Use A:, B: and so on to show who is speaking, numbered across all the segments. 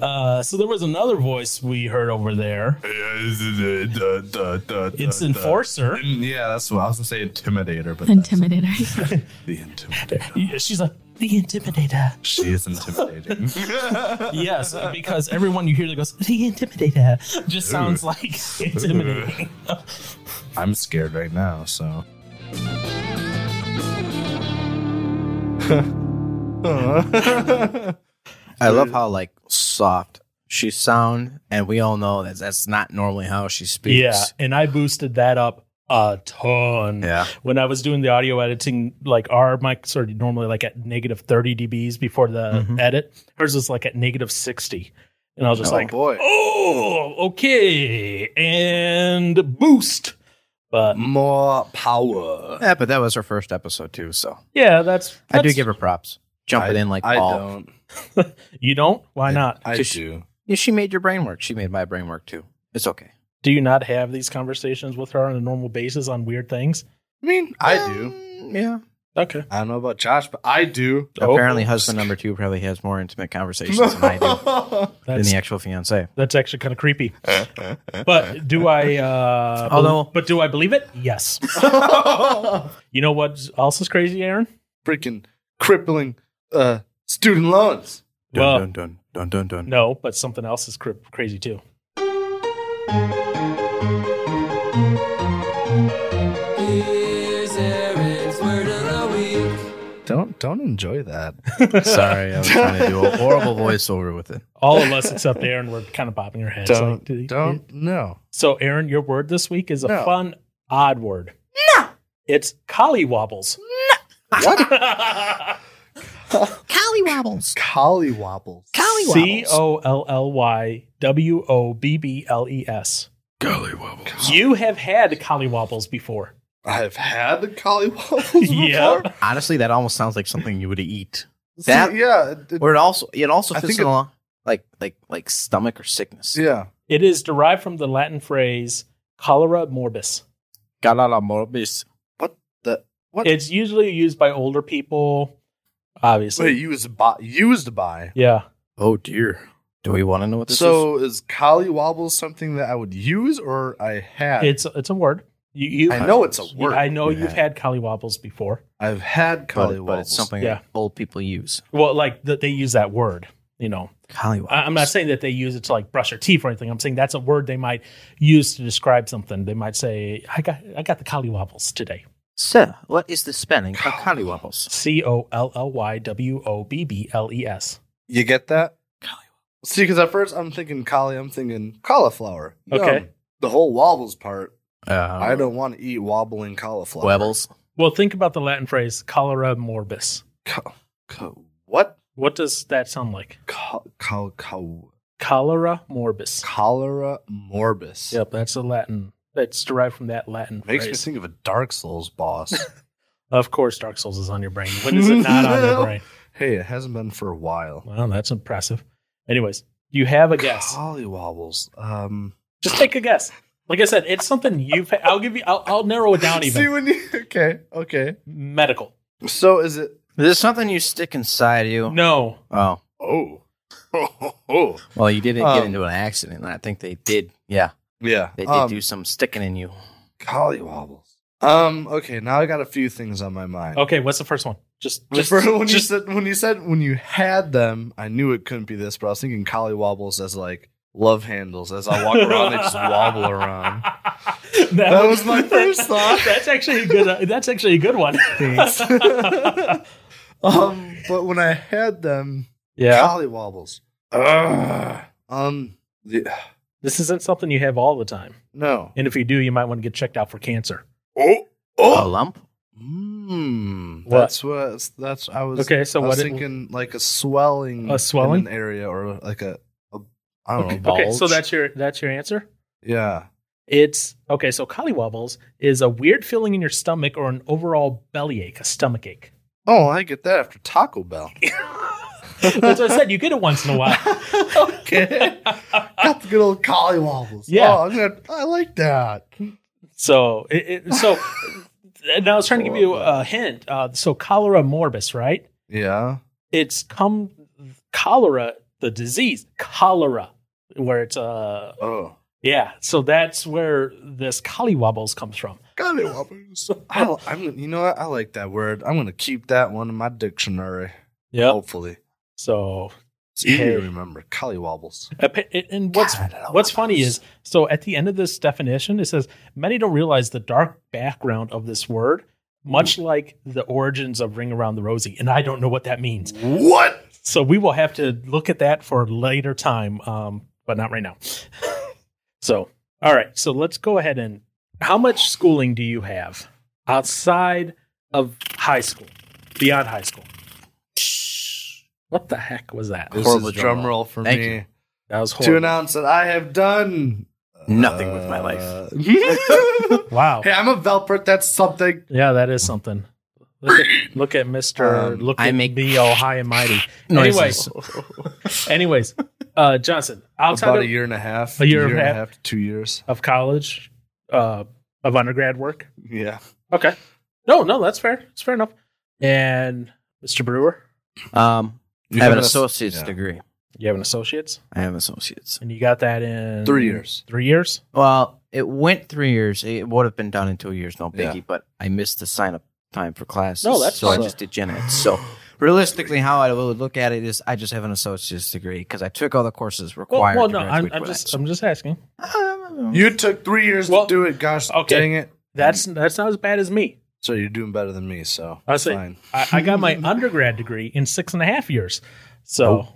A: Uh, so there was another voice we heard over there. It's
B: it's
C: Uh,
A: Enforcer.
B: Yeah, that's what I was gonna say. Intimidator, but that's
D: Intimidator.
B: the intimidator.
A: Yeah, She's like the Intimidator.
B: She is intimidating.
A: Yes, because everyone you hear that goes the Intimidator just sounds
B: Ooh.
A: like intimidating.
B: I'm scared right now, so.
C: I love how like soft she sound, and we all know that that's not normally how she speaks.
A: yeah, and I boosted that up a ton.
C: yeah.
A: when I was doing the audio editing, like our mics are normally like at negative 30 dBs before the
C: Mhm.
A: edit. Hers was like at negative 60. And I was just
C: Oh,
A: like,
C: boy.
A: oh, okay. And boost. But
B: More power.
C: Yeah, but that was her first episode too, so
A: yeah, that's,
C: I do
A: that's-
C: give her props. Jumping in like
B: I
C: all.
B: don't.
A: You don't? Why not?
B: I
C: Just-
B: do.
C: Yeah, she made your brain work. She made my brain work too. It's okay.
A: Do you not have these conversations with her on a normal basis on weird things?
B: I mean, I do.
C: Um, yeah.
A: Okay.
B: I don't know about Josh, but I do.
C: Apparently, husband number two probably has more intimate conversations than I do than
A: That's,
C: the actual fiance.
A: that's actually kind of creepy.
B: Uh,
A: But do I uh
C: Although-
A: but do I believe it? Yes.
B: Oh.
A: You know what else is crazy, Aaron?
B: freaking crippling uh, student loans.
A: Well-
C: dun dun dun dun.
A: No, but something else is cr- crazy too.
B: Don't don't enjoy that.
C: Sorry, I was trying to do a horrible voiceover with it.
A: All of us except Aaron were kind of bobbing our heads. like,
B: Don't
A: "Did he-
B: don't no.
A: So, Aaron, your word this week is a
B: No.
A: fun, odd word. No. It's collywobbles. No.
B: Collie wobbles.
A: What? C O L L Y W O B B L E S.
B: Collie wobbles.
A: You have had collywobbles before.
B: I've had collie wobbles
A: Yeah.
B: before.
C: Honestly, that almost sounds like something you would eat.
B: So,
C: That-
B: yeah. it- it-
C: Or it also it also
B: I
C: fits
B: think
C: in
B: it-
C: along like like like stomach or sickness.
B: yeah.
A: It is derived from the Latin phrase cholera morbus.
C: Galala morbis.
B: The what?
A: It's usually used by older people, obviously.
B: Wait, used by used by.
A: Yeah.
C: Oh dear. Do we want to know what this is?
B: So is collie wobbles something that I would use or I had?
A: It's it's a word. You, you
B: I know it's a word.
A: I know
C: Yeah.
A: you've had collywobbles before.
B: I've had collie
C: But,
B: wobbles.
C: but it's something
A: Yeah.
C: that old people use.
A: Well, like th- they use that word. You know,
C: Collywobbles.
A: I, I'm not saying that they use it to like brush their teeth or anything. I'm saying that's a word they might use to describe something. They might say, "I got I got the collywobbles today."
C: Sir, what is the spelling of collywobbles?
A: C O L L Y W O B B L E S.
B: You get that? See, because at first I'm thinking collie, I'm thinking cauliflower.
A: Okay.
B: Yum. The whole wobbles part,
C: Uh,
B: I don't want to eat wobbling cauliflower.
C: Webbles.
A: Well, think about the Latin phrase "cholera morbus."
B: Co- co- what?
A: What does that sound like?
B: Co- co- co-
A: Cholera morbus.
B: cholera morbus.
A: Yep, that's a Latin. That's derived from that Latin
B: Makes me
A: phrase.
B: think of a Dark Souls boss.
A: Of course, Dark Souls is on your brain. When is it not on your brain?
B: hey, it hasn't been for a while.
A: Wow, that's impressive. Anyways, you have a guess.
B: Collie wobbles. Um,
A: Just take a guess. Like I said, it's something you've. I'll give you. I'll, I'll narrow it down
B: See
A: even.
B: when you. Okay, okay.
A: Medical.
B: So is it.
C: Is this something you stick inside you?
A: No.
C: Oh.
B: Oh. oh.
C: Well, you didn't get
B: Um,
C: into an accident. and I think they did. Yeah.
B: Yeah.
C: They did
B: um,
C: do some sticking in you.
B: Collie wobbles. Um. Okay. Now I got a few things on my mind.
A: Okay. What's the first one? Just. Oh,
B: The
A: just,
B: first- when
A: just-
B: you said when you said when you had them, I knew it couldn't be this, but I was thinking collie wobbles as like love handles. As I walk around, they just wobble around.
A: that,
B: That was my first thought.
A: That's actually a good. uh, that's actually a good one.
B: Thanks. um, but when I had them, collie wobbles. Ugh. Um, the,
A: This isn't something you have all the time,
B: no.
A: and if you do, you might want to get checked out for cancer.
B: Oh,
C: A lump?
B: Mm,
A: What?
B: that's what that's I was.
A: Okay. So
B: I was
A: what? it-
B: thinking like a swelling,
A: A swelling?
B: in an area or like a, a I don't
A: okay,
B: know.
A: okay. So
B: bulge.
A: that's your. That's your answer.
B: yeah.
A: It's okay. So collywobbles is a weird feeling in your stomach or an overall bellyache, a stomach ache.
B: Oh, I get that after Taco Bell.
A: That's what I said. You get it once in a while.
B: okay. Got the good old collie wobbles.
A: Yeah.
B: Oh, I'm gonna, I like that.
A: So, it, it- so and I was trying to give you a hint. Uh, so cholera morbus, right?
B: Yeah.
A: It's come cholera, the disease, cholera, where it's uh
B: Oh.
A: yeah. So that's where this collywobbles comes from.
B: Gollywobbers. I, I'm, you know what? I like that word. I'm going to keep that one in my dictionary,
A: Yep.
B: hopefully.
A: So
B: It's easy
A: Hey.
B: to remember. Collywobbles.
A: and what's What's funny is so at the end of this definition, it says many don't realize the dark background of this word, much like the origins of Ring Around the Rosie. And I don't know what that means.
B: What?
A: So we will have to look at that for later time, um, but not right now. so, all right. So let's go ahead and how much schooling do you have outside of high school, beyond high school? What the heck was that?
B: This
C: Horrible
B: is a
C: drum
B: drum roll for
C: Thank
B: me
C: you.
A: That was
B: to
A: horrible.
B: announce that I have done
C: Nothing with my life.
B: life.
A: Wow.
B: Uh, Hey, I'm a Velpert. That's something.
A: Yeah, that is something. Look at, look at Mr.
B: Um,
A: look
C: I
A: at
C: make-
A: me, oh high and mighty.
C: Noises.
A: Anyways, uh, Johnson, outside
B: About a
A: of,
B: year and a half.
A: A year and a
B: and a
A: half.
B: half to two years.
A: of college, uh, of undergrad work.
B: Yeah.
A: Okay. No, no, that's fair. It's fair enough. And Mr. Brewer,
C: Um,
B: You
C: I have
B: have
C: an
B: an ass-
C: associate's
B: yeah.
C: degree.
A: you have an associate's,
C: I have an associate's.
A: and you got that in
B: Three years.
A: Three years.
C: Well, it went three years. It would have been done in two years, no biggie.
B: Yeah.
C: But I missed the sign up time for classes.
A: No, that's
C: so I
A: fine.
C: just did gen ed. So realistically, how I would look at it is, I just have an associate's degree because I took all the courses
A: Well,
C: required.
A: well
C: to
A: no, I'm,
C: graduate
A: I'm
C: with
A: just
C: that.
A: I'm just asking.
C: Um,
B: You took three years
A: Well,
B: to do it. Gosh,
A: okay.
B: dang it.
A: That's that's not as bad as me.
B: So you're doing better than me. So
A: I see.
B: fine.
A: I, I got my undergrad degree in six and a half years. So,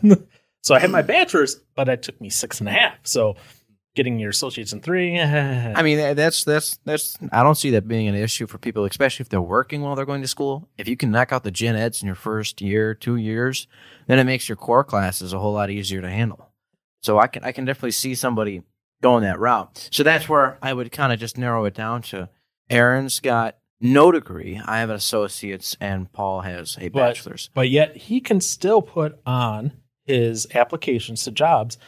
C: Oh.
A: so I had my bachelor's, but it took me six and a half. So, getting your associates in three. eh.
C: I mean, that- that's that's that's. I don't see that being an issue for people, especially if they're working while they're going to school. If you can knock out the gen eds in your first year, two years, then it makes your core classes a whole lot easier to handle. So I can I can definitely see somebody going that route. So that's where I would kind of just narrow it down to. Aaron's got no degree. I have an associate's, and Paul has a
A: But-
C: bachelor's.
A: but yet he can still put on his applications to jobs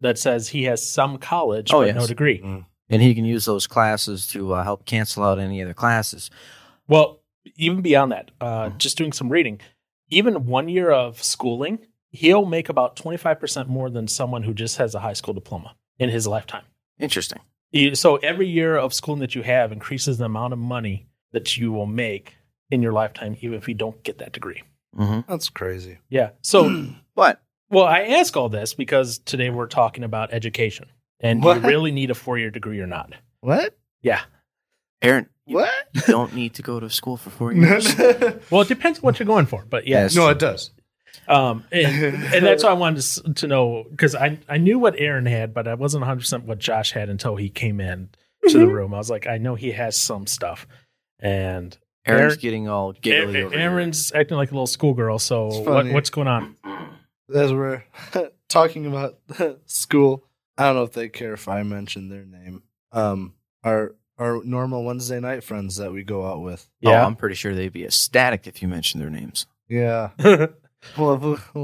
A: that says he has some college
C: Oh,
A: but
C: yes.
A: no degree.
C: And he can use those classes to uh, help cancel out any other classes.
A: Well, even beyond that, uh, just doing some reading, even one year of schooling, he'll make about twenty five percent more than someone who just has a high school diploma in his lifetime.
C: Interesting.
A: You- So every year of schooling that you have increases the amount of money that you will make in your lifetime, even if you don't get that degree.
C: Mm-hmm.
B: That's crazy.
A: Yeah. So,
C: But
A: well, I ask all this because today we're talking about education and do
B: What?
A: you really need a four year degree or not?
B: What?
C: Aaron,
B: What?
C: you don't need to go to school for four
B: no,
C: years.
B: it
A: Well, it depends on what you're going for, but yes.
B: does.
A: Um, and, and that's why I wanted to, s- to know because I, I knew what Aaron had, but I wasn't 100% what Josh had until he came in to the room. I was like, I know he has some stuff. And
C: Aaron's
A: Aaron-
C: getting all giggly
A: A-
C: over here.
A: Aaron's acting like a little schoolgirl. So
B: It's
A: what,
B: funny.
A: what's going on?
B: As we're talking about school, I don't know if they care if I mention their name. Um, our our normal Wednesday night friends that we go out with.
C: Oh, I'm pretty sure they'd be ecstatic if you mentioned their names.
B: Yeah. Well, uh,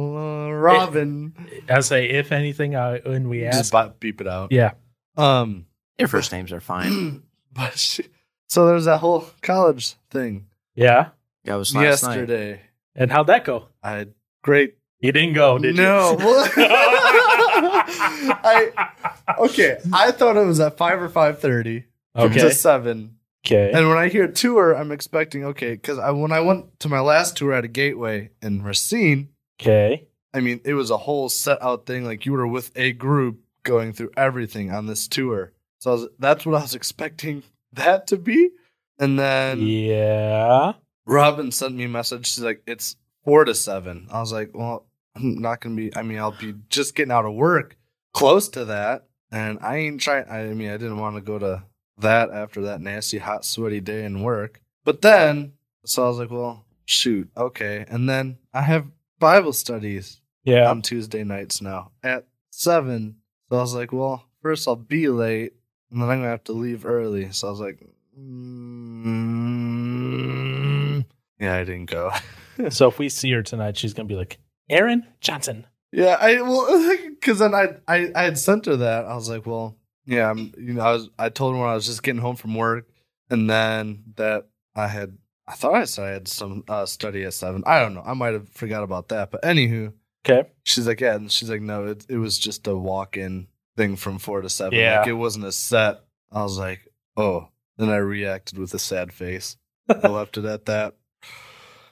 B: Robin.
A: I say if anything, I, when we
B: Just
A: ask,
B: bi- beep it out.
A: yeah,
B: Um.
C: Their first names are fine.
B: but she, so there's that whole college thing
A: yeah.
C: That was last night.
B: yesterday.
A: And how'd that go?
B: I had great
A: You didn't go, did
B: no.
A: you?
B: Well, I okay. I thought it was at five or five thirty
A: Okay.
B: to seven.
A: Okay.
B: And when I hear tour, I'm expecting okay because I when I went to my last tour at a Gateway in Racine,
A: Okay.
B: I mean it was a whole set out thing. Like you were with a group going through everything on this tour. So I was, that's what I was expecting that to be. And then
A: Yeah.
B: Robin sent me a message. She's like, it's four to seven. I was like, well, I'm not gonna be. I mean, I'll be just getting out of work, close to that, and I ain't trying. I mean, I didn't want to go to that after that nasty, hot, sweaty day in work. But then, so I was like, well, shoot, okay. And then I have Bible studies
A: Yeah.
B: on Tuesday nights now at seven. So I was like, well, first I'll be late, and then I'm gonna have to leave early. So I was like, mm, yeah, I didn't go.
A: so if we see her tonight, she's gonna be like Aaron Johnson.
B: yeah, I well, because then I, I I had sent her that. I was like, well, yeah, I'm, you know, I was I told her when I was just getting home from work. and then that I had. I thought I said I had some uh, study at seven. I don't know. I might have forgot about that. But anywho,
A: Okay.
B: she's like, yeah, and she's like, no, it it was just a walk in thing from four to seven.
A: Yeah.
B: Like, it wasn't a set. I was like, oh. Then I reacted with a sad face. I left it at that.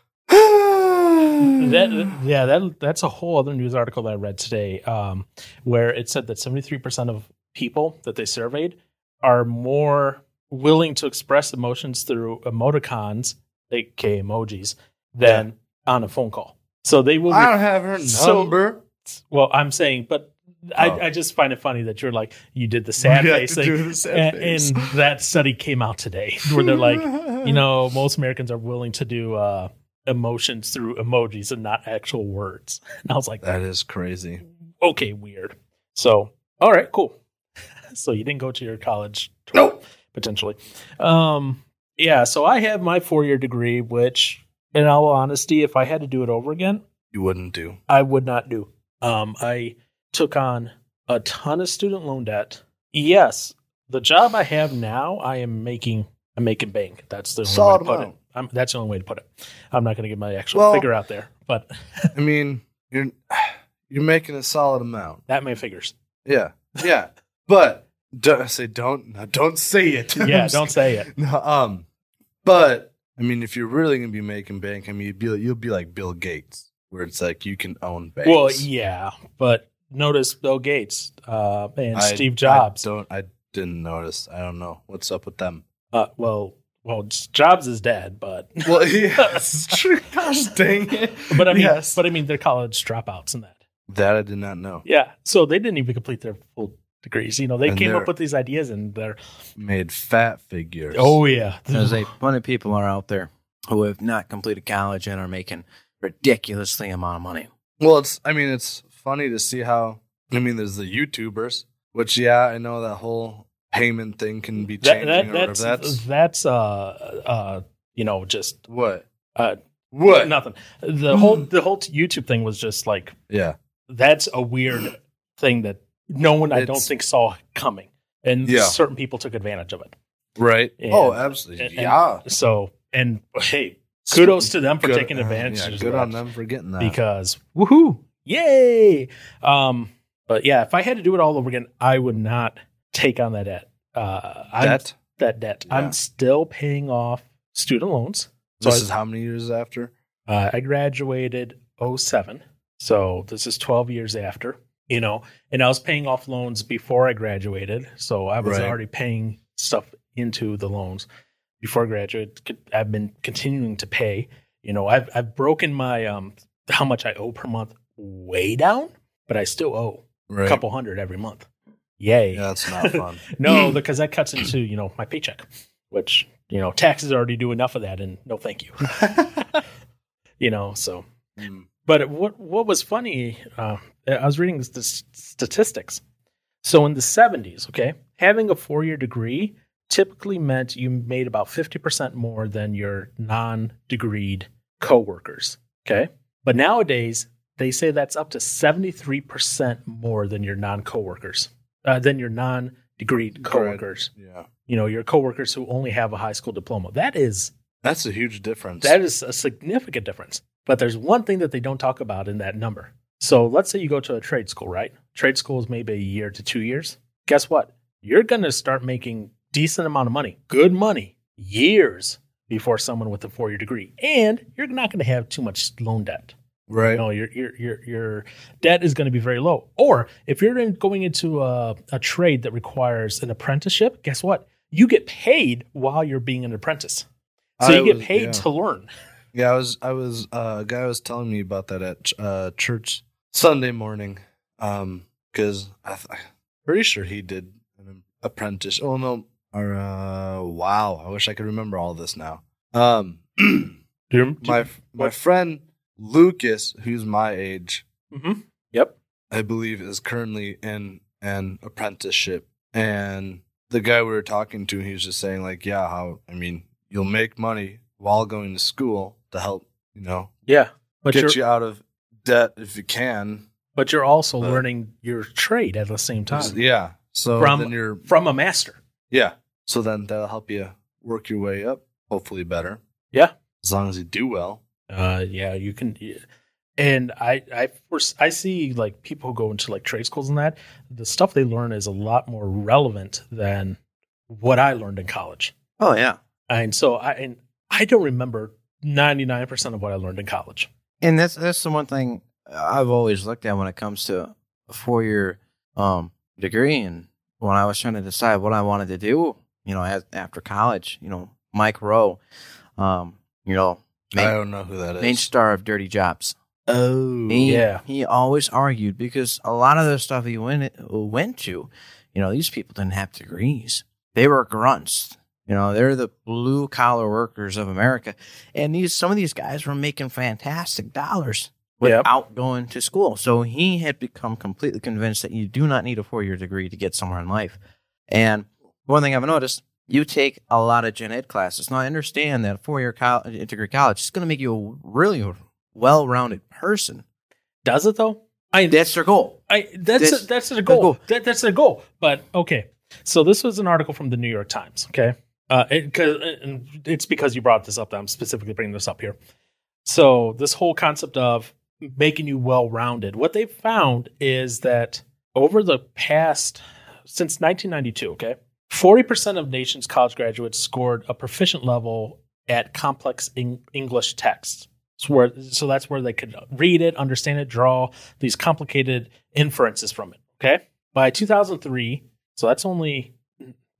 B: Mm.
A: That yeah, that that's a whole other news article that I read today, um, where it said that seventy three percent of people that they surveyed are more willing to express emotions through emoticons, aka emojis, than on a phone call. So they will.
B: I don't have her
A: So-
B: number.
A: well, I'm saying, but I,
B: Oh.
A: I just find it funny that you're like you did the sad
B: Yeah,
A: face
B: to
A: thing,
B: do the sad
A: and,
B: face.
A: and that study came out today where they're like, you know, most Americans are willing to do uh, emotions through emojis and not actual words. And I was like,
B: that is crazy.
A: okay, weird. So, all right, cool. so you didn't go to your college? tour, Potentially. Um, yeah. So I have my four year degree, which, in all honesty, if I had to do it over again,
B: You wouldn't do.
A: I would not do. Um, I took on a ton of student loan debt. Yes, the job I have now, I am making. I'm making bank. That's the only
B: Solid
A: way to put
B: amount.
A: it. I'm, that's the only way to put it. I'm not going to get my actual
B: Well-
A: figure out there, but
B: I mean, you're you're making a solid amount.
A: that man figures.
B: Yeah, yeah. but don't, I say don't no, don't say it.
A: Yeah, don't say it.
B: No, um, but I mean, if you're really gonna be making bank, I mean, you'd be you'll be like Bill Gates, where it's like you can own banks.
A: Well, yeah, but notice Bill Gates uh, and
B: I-
A: Steve Jobs.
B: I don't I didn't notice. I don't know what's up with them.
A: Uh, well, well, Jobs is dead, but
B: Well, yes, true. Gosh, dang it.
A: but I mean,
B: Yes.
A: but I mean, they're college dropouts and that.
B: that I did not know.
A: Yeah. So they didn't even complete their full degrees. You know, they
B: And
A: came up
B: they're-
A: with these ideas and they're
B: Made fat figures.
A: yeah.
C: There's a plenty of people are out there who have not completed college and are making ridiculously amount of money.
B: Well, it's I mean it's funny to see how I mean there's the YouTubers, which yeah, I know that whole payment thing can be
A: That,
B: changing
A: that,
B: or whatever.
A: that's
B: That's,
A: that's, uh uh you know just
B: what?
A: uh
B: What?
A: nothing. The whole
B: Hmm.
A: the whole YouTube thing was just like
B: Yeah.
A: that's a weird thing that no one I don't
B: It's-
A: think saw coming. And
B: Yeah.
A: certain people took advantage of it.
B: Right.
A: And-
B: oh, absolutely.
A: and- and
B: yeah.
A: So and hey, kudos to them for
B: Good-
A: taking advantage
B: Yeah,
A: of
B: good
A: that.
B: on them for getting that.
A: because woohoo, yay! Um, but yeah, if I had to do it all over again, I would not take on that debt. Uh, I'm,
B: that
A: that debt.
B: Yeah.
A: I'm still paying off student loans. So
B: this
A: I-
B: is how many years after?
A: Uh, I graduated 07, so this is 12 years after. You know, and I was paying off loans before I graduated, so I was
B: Right.
A: already paying stuff into the loans before I graduated. I've been continuing to pay. You know, I've I've broken my um how much I owe per month way down, but I still owe
B: Right.
A: a couple hundred every month. Yay!
B: Yeah, that's not fun.
A: No, because that cuts into you know my paycheck, which you know taxes already do enough of that, and no, thank you. you know, so
B: Mm.
A: but what what was funny? Uh, I was reading the s- statistics. So in the seventies, okay, having a four year degree typically meant you made about fifty percent more than your non degreed coworkers. Okay, but nowadays they say that's up to seventy three percent more than your non coworkers, uh, than your non degreed coworkers.
B: yeah.
A: You know, your coworkers who only have a high school diploma. That is
B: That's a huge difference.
A: that is a significant difference. But there's one thing that they don't talk about in that number. So let's say you go to a trade school, right? Trade school is maybe a year to two years. Guess what? You're going to start making decent amount of money, good money, years before someone with a four year degree, and you're not going to have too much loan debt.
B: right.
A: No, your your your your debt is going to be very low. Or if you're in, going into a, a trade that requires an apprenticeship, guess what? You get paid while you're being an apprentice, so
B: I
A: you get
B: was-
A: paid
B: yeah.
A: to learn.
B: Yeah, I was I was uh, a guy was telling me about that at ch- uh, church Sunday morning, um, because I th- pretty sure he did an apprentice. Oh no, or uh, wow, I wish I could remember all this now. Um,
A: Do you, do
B: my f- my friend Lucas, who's my age,
A: Mm-hmm. Yep.
B: I believe, is currently in an apprenticeship, and the guy we were talking to, he was just saying like, yeah, how I mean, you'll make money while going to school to help, you know
A: Yeah. But you're
B: get you out of debt if you can.
A: but you're also
B: But-
A: learning your trade at the same time
B: Yeah. So
A: From-
B: then you're
A: from a master.
B: yeah. So then that'll help you work your way up, hopefully better.
A: Yeah.
B: As long as you do well.
A: Uh, yeah, you can. yeah. And I, I, force- I see like people who go into like trade schools and that the stuff they learn is a lot more relevant than what I learned in college.
C: Oh yeah.
A: And so I, and I don't remember ninety nine percent of what I learned in college.
C: And that's that's the one thing I've always looked at when it comes to a four year um, degree, and when I was trying to decide what I wanted to do, you know, as, after college, you know, Mike Rowe, um, you know,
B: I
C: main,
B: don't know who that is.
C: main star of Dirty Jobs.
B: oh.
C: He,
A: yeah.
C: he always argued because a lot of the stuff he went went to, you know, these people didn't have degrees. They were grunts. You know, they're the blue collar workers of America, and these some of these guys were making fantastic dollars
A: Yep.
C: without going to school. So he had become completely convinced that you do not need a four year degree to get somewhere in life. And one thing I've noticed, you take a lot of gen ed classes. Now I understand that a four year college, degree college is going to make you a really well rounded person.
A: Does it though? I
C: That's their goal.
A: I that's
C: That's-
A: a, that's their goal.
C: goal.
A: That, that's their goal. But okay, so this was an article from the New York Times. Okay, uh, it, 'cause- and it's because you brought this up that I'm specifically bringing this up here. So this whole concept of making you well-rounded, what they found is that over the past since 1992, okay, 40% of nation's college graduates scored a proficient level at complex Eng- English texts. It's where, so that's where they could read it, understand it, draw these complicated inferences from it. Okay. By 2003, so that's only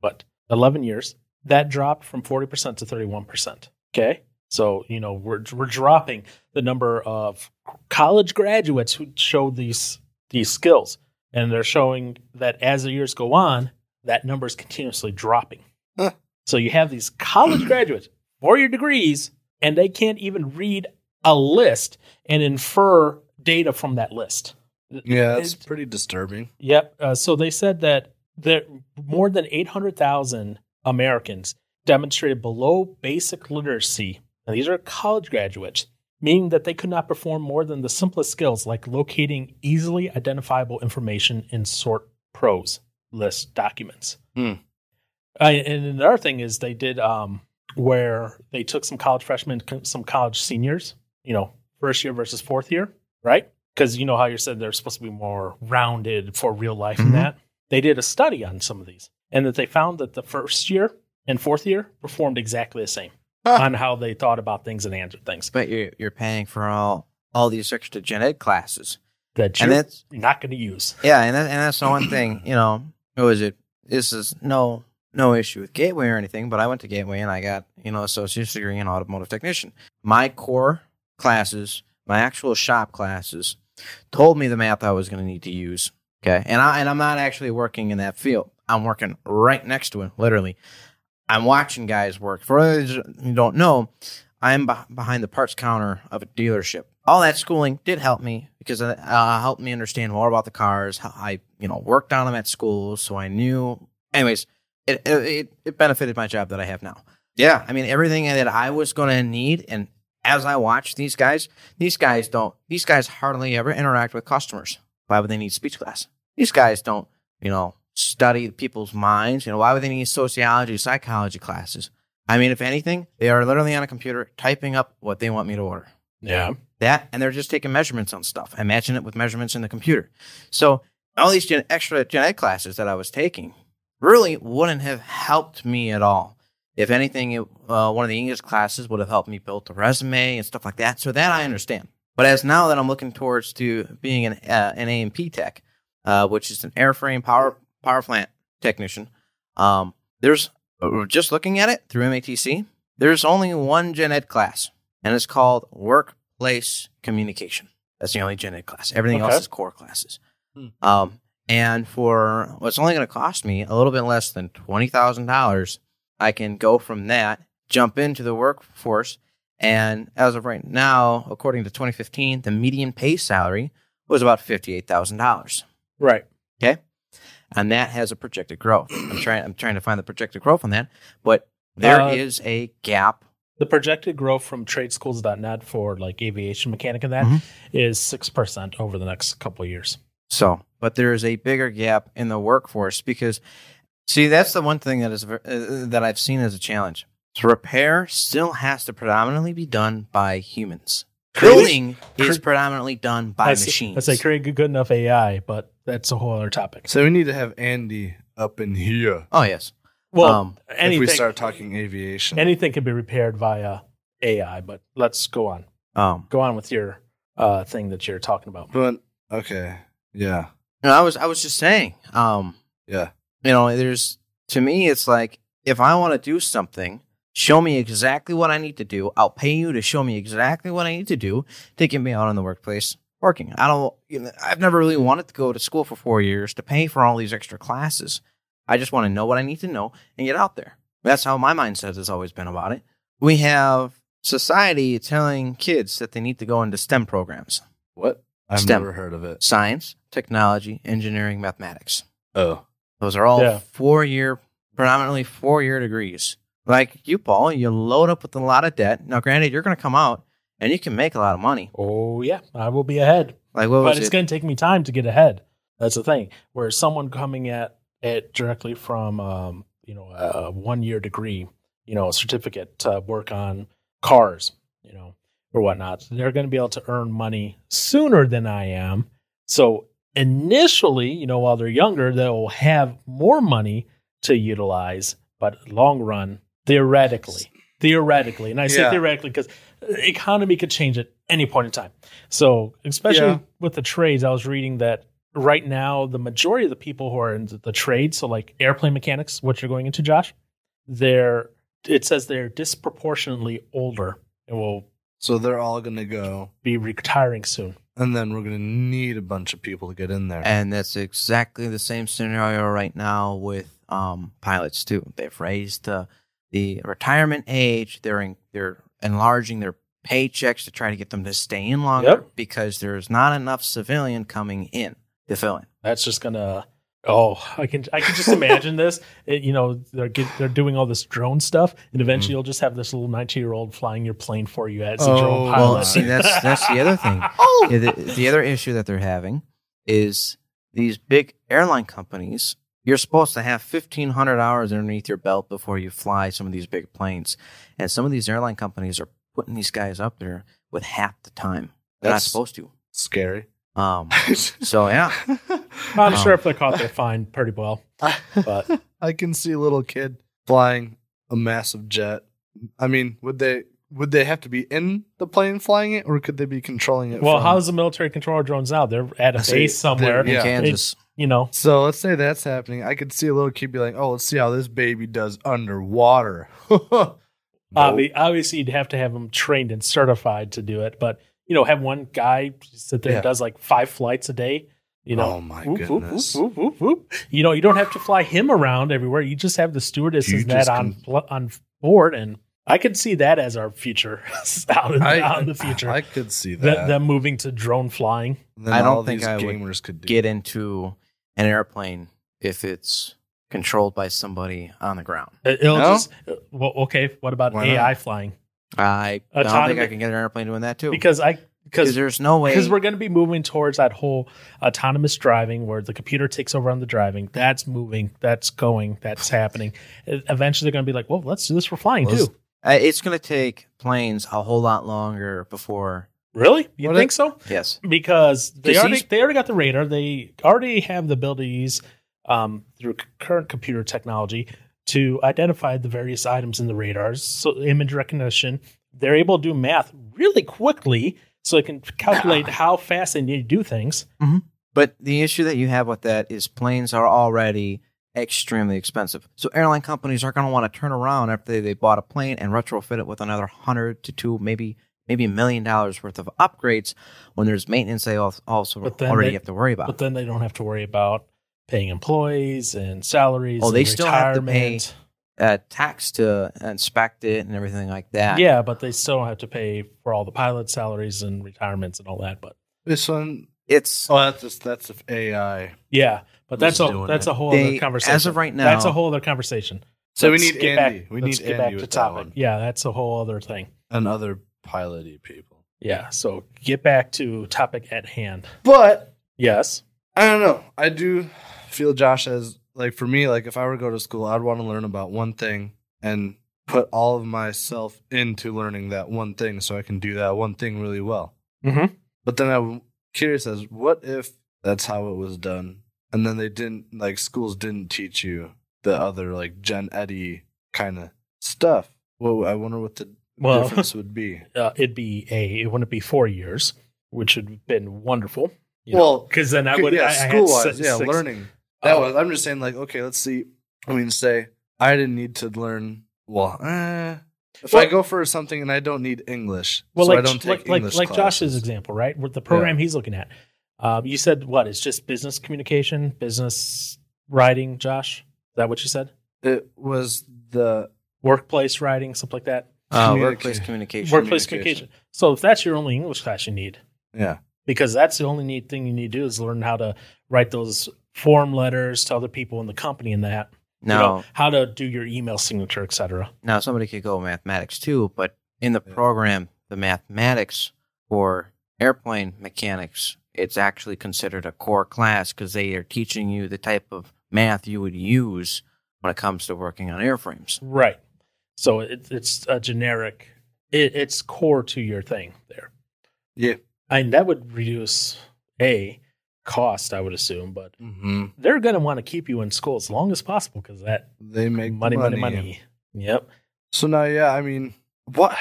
A: what 11 years. That dropped from 40% to 31%. Okay. So you know we're we're dropping the number of college graduates who showed these these skills, and they're showing that as the years go on, that number is continuously dropping.
B: Huh.
A: So you have these college graduates, four-year degrees, and they can't even read a list and infer data from that list.
B: Yeah, it's
A: It-
B: pretty disturbing.
A: Yep. Uh, so they said that that more than 800,000 Americans demonstrated below basic literacy, and these are college graduates, meaning that they could not perform more than the simplest skills like locating easily identifiable information in sort prose list documents.
B: Hmm.
A: I, and another thing is they did um, where they took some college freshmen, co- some college seniors, you know, first year versus fourth year, right? Because you know how you said they're supposed to be more rounded for real life
C: Mhm.
A: and that. They did a study on some of these and that they found that the first year and fourth year performed exactly the same
B: Huh.
A: on how they thought about things and answered things.
C: But you're you're paying for all all these extra gen ed classes,
A: That
C: and
A: you're
C: that's
A: not going to use.
C: yeah, and that, and that's the one thing you know. What was it? This is no no issue with Gateway or anything, but I went to Gateway and I got you know associate's degree in automotive technician. My core classes, my actual shop classes, told me the math I was going to need to use. Okay, and I and I'm not actually working in that field. I'm working right next to it, literally. I'm watching guys work. For those who don't know, I'm beh- behind the parts counter of a dealership. All that schooling did help me because it uh, helped me understand more about the cars. How I, you know, worked on them at school, so I knew. Anyways, it it, it- it benefited my job that I have now. Yeah, I mean everything that I was going to need, and as I watch these guys, these guys don't. These guys hardly ever interact with customers. Why would they need speech class? These guys don't, you know, study people's minds. You know, why would they need sociology, psychology classes? I mean, if anything, they are literally on a computer typing up what they want me to order.
A: Yeah.
C: That, and they're just taking measurements on stuff. I matching it with measurements in the computer. So all these gen- extra gen ed classes that I was taking really wouldn't have helped me at all. If anything, it, uh, one of the English classes would have helped me build a resume and stuff like that. So that I understand. But as now that I'm looking towards to being an uh, an AMP tech, uh, which is an airframe power power plant technician, um, there's uh, just looking at it through MATC. There's only one gen ed class, and it's called workplace communication. That's the only gen ed class. Everything
A: Okay.
C: else is core classes.
B: Hmm.
C: Um, and for what's only going to cost me a little bit less than twenty thousand dollars, I can go from that jump into the workforce. And as of right now, according to 2015, the median pay salary was about fifty-eight thousand dollars
A: Right.
C: and that has a projected growth. I'm trying I'm trying to find the projected growth on that, but there
A: Uh,
C: is a gap.
A: The projected growth from tradeschools.net for like aviation mechanic and that
C: Mhm.
A: is 6% over the next couple of years.
C: So, but there is a bigger gap in the workforce because see, that's the one thing that is ver- uh, that I've seen as a challenge. So repair still has to predominantly be done by humans.
A: Really?
C: Building is
A: Cre-
C: predominantly done by
A: I say-
C: machines.
A: I say create a good enough AI, but that's a whole other topic.
B: So we need to have Andy up in here
C: oh yes.
A: Well,
C: Um,
A: anything,
B: if we start talking aviation.
A: anything can be repaired via AI, but let's go on.
C: Um,
A: Go on with your uh, thing that you're talking about.
B: but okay, yeah,
C: no, I was I was just saying. Um,
B: yeah.
C: you know, there's to me, it's like if I want to do something, show me exactly what I need to do. I'll pay you to show me exactly what I need to do to get me out in the workplace working. I don't, you know, I've never really wanted to go to school for four years to pay for all these extra classes. I just want to know what I need to know and get out there. That's how my mindset has always been about it. We have society telling kids that they need to go into STEM programs
B: What? I've
C: STEM.
B: never heard of it.
C: science, technology, engineering, mathematics.
B: Oh,
C: Those are all
A: Yeah.
C: four year, predominantly four year degrees. Like you, Paul, you load up with a lot of debt. Now, granted, you're going to come out and you can make a lot of money.
A: Oh yeah, I will be ahead,
C: Like what
A: but
C: was
A: it's
C: it?
A: going to take me time to get ahead. That's the thing. Where someone coming at it directly from um, you know a one year degree, you know, a certificate to work on cars, you know, or whatnot, they're going to be able to earn money sooner than I am. So initially, you know, while they're younger, they'll have more money to utilize, but long run, theoretically, theoretically, and I say
B: Yeah.
A: theoretically because economy could change at any point in time. So, especially
B: Yeah.
A: with the trades, I was reading that right now the majority of the people who are in the trade, so like airplane mechanics, what you're going into, Josh, they're it says they're disproportionately older and will
B: so they're all gonna go,
A: be retiring soon.
B: and then we're gonna need a bunch of people to get in there.
C: And that's exactly the same scenario right now with um, pilots too. They've raised uh, the retirement age. They're in, they're enlarging their paychecks to try to get them to stay in longer
A: Yep.
C: because there's not enough civilian coming in to fill in.
A: That's just gonna. Oh, I can I can just imagine this. It, you know, they're get, they're doing all this drone stuff,
C: Mm-hmm.
A: and eventually you'll just have this little nineteen year old flying your plane for you as a
B: Oh,
A: drone pilot.
C: Well, see, that's that's the other thing.
A: Oh,
C: Yeah, the, the other issue that they're having is these big airline companies. You're supposed to have 1,500 hours underneath your belt before you fly some of these big planes, and some of these airline companies are putting these guys up there with half the time. They're
B: That's-
C: not supposed to.
B: Scary.
C: Um, so yeah,
A: I'm
C: Um,
A: sure if they're caught, they're fine pretty well. But-
B: I can see a little kid flying a massive jet. I mean, would they would they have to be in the plane flying it, or could they be controlling it?
A: Well,
B: from-
A: how's the military control drones now? They're at a
B: I
A: base
B: see.
A: somewhere.
C: in
B: Yeah.
C: Kansas,
A: You know,
B: So let's say that's happening. I could see a little kid be like, "Oh, let's see how this baby does underwater." Oh Nope.
A: obvi- Uh, obviously you'd have to have them trained and certified to do it. But you know, have one guy sit there
B: Yeah.
A: and does like five flights a day. You know,
B: oh my
A: Whoop, whoop,
B: goodness!
A: whoop, whoop, whoop, whoop. You know, you don't have to fly him around everywhere. You just have the
B: You
A: stewardesses
B: just
A: that on pl- on board, and I could see that as our future out in,
B: I,
A: out in the future.
B: I could see that.
A: that, them moving to drone flying.
B: Then
C: I don't
B: all
C: think
B: these
C: I would
B: gamers could do
C: get into an airplane if it's controlled by somebody on the ground.
A: It- It'll
B: No?
A: just well, okay. What about
B: Why not?
A: AI flying?
C: I, I don't think
A: Autonomy-
C: I can get an airplane doing that too
A: Because I because
C: there's no way
A: because we're going to be moving towards that whole autonomous driving where the computer takes over on the driving that's moving that's going that's happening E- eventually they're going to be like well let's do this for flying
B: Let's-
A: too
C: Uh, it's going to take planes a whole lot longer before.
A: really you
B: What
A: think so
C: Yes.
A: because they
C: Disease-
A: already they already got the radar they already have the abilities um, through c- current computer technology to identify the various items in the radars so image recognition they're able to do math really quickly so they can calculate how fast they need to do things
C: But the issue that you have with that is planes are already extremely expensive. So airline companies are going to want to turn around after they bought a plane and retrofit it with another 100 to 2 maybe maybe a million dollars worth of upgrades when there's maintenance they al- also
A: But then
C: already
A: they-
C: have to worry about.
A: But then they don't have to worry about paying employees and salaries.
C: Oh, they
A: and
C: still have to
A: retirement.
C: uh, tax to inspect it and everything like that.
A: Yeah, but they still don't have to pay for all the pilot salaries and retirements and all that. But
B: this one.
C: It's
B: Oh, that's just, that's if AI.
A: yeah, but that's
B: Who's
A: a
B: doing
A: that's
B: it?
A: a whole
C: They-
A: other conversation.
C: as of right now-
A: that's a whole other conversation.
B: So
A: Let's
B: we need
A: get
B: Andy.
A: back-
B: we
A: let's
B: need
A: get
B: Andy
A: back
B: with
A: to
B: that
A: topic.
B: one.
A: Yeah, that's a whole other thing.
B: and other piloty people.
A: Yeah, so get back to topic at hand.
B: But
A: Yes.
B: I don't know. I do feel Josh as like for me, like if I were to go to school, I'd want to learn about one thing and put all of myself into learning that one thing so I can do that one thing really well.
A: Mhm.
B: But then I'm curious as what if that's how it was done, and then they didn't like schools didn't teach you the other like Gen Eddy kind of stuff. Well, I wonder what the
A: Well,
B: difference would be.
A: uh, it'd be a it wouldn't be four years, which would have been wonderful. you know,
B: Well,
A: because then I would
B: yeah,
A: I had
B: school wise,
A: six-
B: yeah,
A: six-
B: learning. That
A: Oh.
B: was. I'm just saying, like, okay, let's see. I mean, say I didn't need to learn. Well, eh, if I
A: Well-
B: go for something and I don't need English,
A: Well,
B: so
A: like
B: I don't take
A: like like,
B: English
A: like Josh's
B: classes.
A: example, right? With the program he's looking at, um, you said what? It's just business communication, business writing. Josh, is that what you said?
B: It was the
A: Workplace writing, something like that.
C: Uh,
B: Communica-
C: workplace communication.
A: Workplace
B: communication.
A: communication. So if that's your only English class you need,
B: yeah.
A: because that's the only neat thing you need to do is learn how to write those form letters to other people in the company and that. you
C: now,
A: know, how to do your email signature, etc.
C: now somebody could go mathematics too, but in the
B: Yeah.
C: program, the mathematics for airplane mechanics, it's actually considered a core class because they are teaching you the type of math you would use when it comes to working on airframes.
A: Right. So it, it's a generic. It, it's core to your thing there.
B: Yeah.
A: and that would reduce a cost, I would assume, but
B: Mm-hmm.
A: they're going to want to keep you in school as long as possible because that
B: They make
A: money, money, money, Yep.
B: So now, yeah, I mean, what?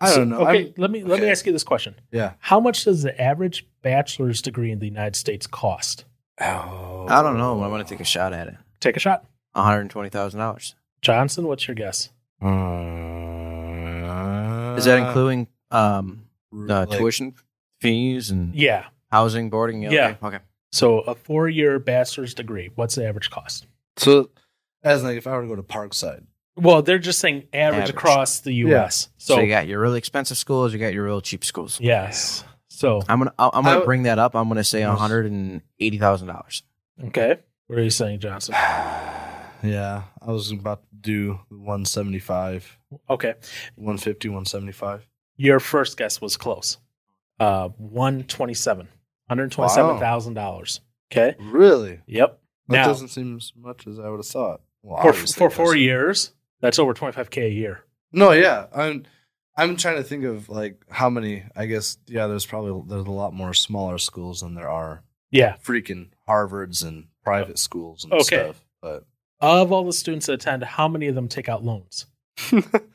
B: I don't know.
A: So, okay,
B: I'm-
A: let me let me
B: okay.
A: ask you this question:
B: yeah.
A: How much does the average bachelor's degree in the United States cost?
B: Oh.
C: I don't know. I'm going to take a shot at it.
A: Take a shot,
C: $120,000.
A: Johnson. What's your guess?
B: Uh,
C: Is that including um, uh,
B: like,
C: tuition fees and
A: Yeah.
C: housing, boarding?
A: Yeah.
C: Okay. okay.
A: So a four-year bachelor's degree. What's the average cost?
B: So, as like, if I were to go to Parkside,
A: Well, they're just saying average,
C: Average.
A: across the U.S.
C: So,
A: So,
C: you got your really expensive schools, you got your real cheap schools.
A: yes. So
C: I'm gonna I'm gonna
B: I-
C: bring that up. I'm gonna say
B: Yes.
C: one hundred and eighty thousand dollars.
A: okay, what are you saying, Johnson?
B: yeah, I was about to do 175.
A: Okay,
B: 150, 175.
A: your first guess was close. Uh, one twenty-seven, hundred twenty-seven thousand dollars. Okay.
B: Really?
A: Yep.
B: That
A: Now-
B: doesn't seem as much as I would have thought. Well,
A: For
B: obviously
A: for
B: it
A: four
B: doesn't.
A: years, that's over twenty-five k a year.
B: No, yeah. I'm I'm trying to think of like how many I guess yeah, there's probably there's a lot more smaller schools than there are
A: Yeah.
B: freaking Harvards and private schools and
A: Okay.
B: stuff. But
A: Of all the students that attend, how many of them take out loans?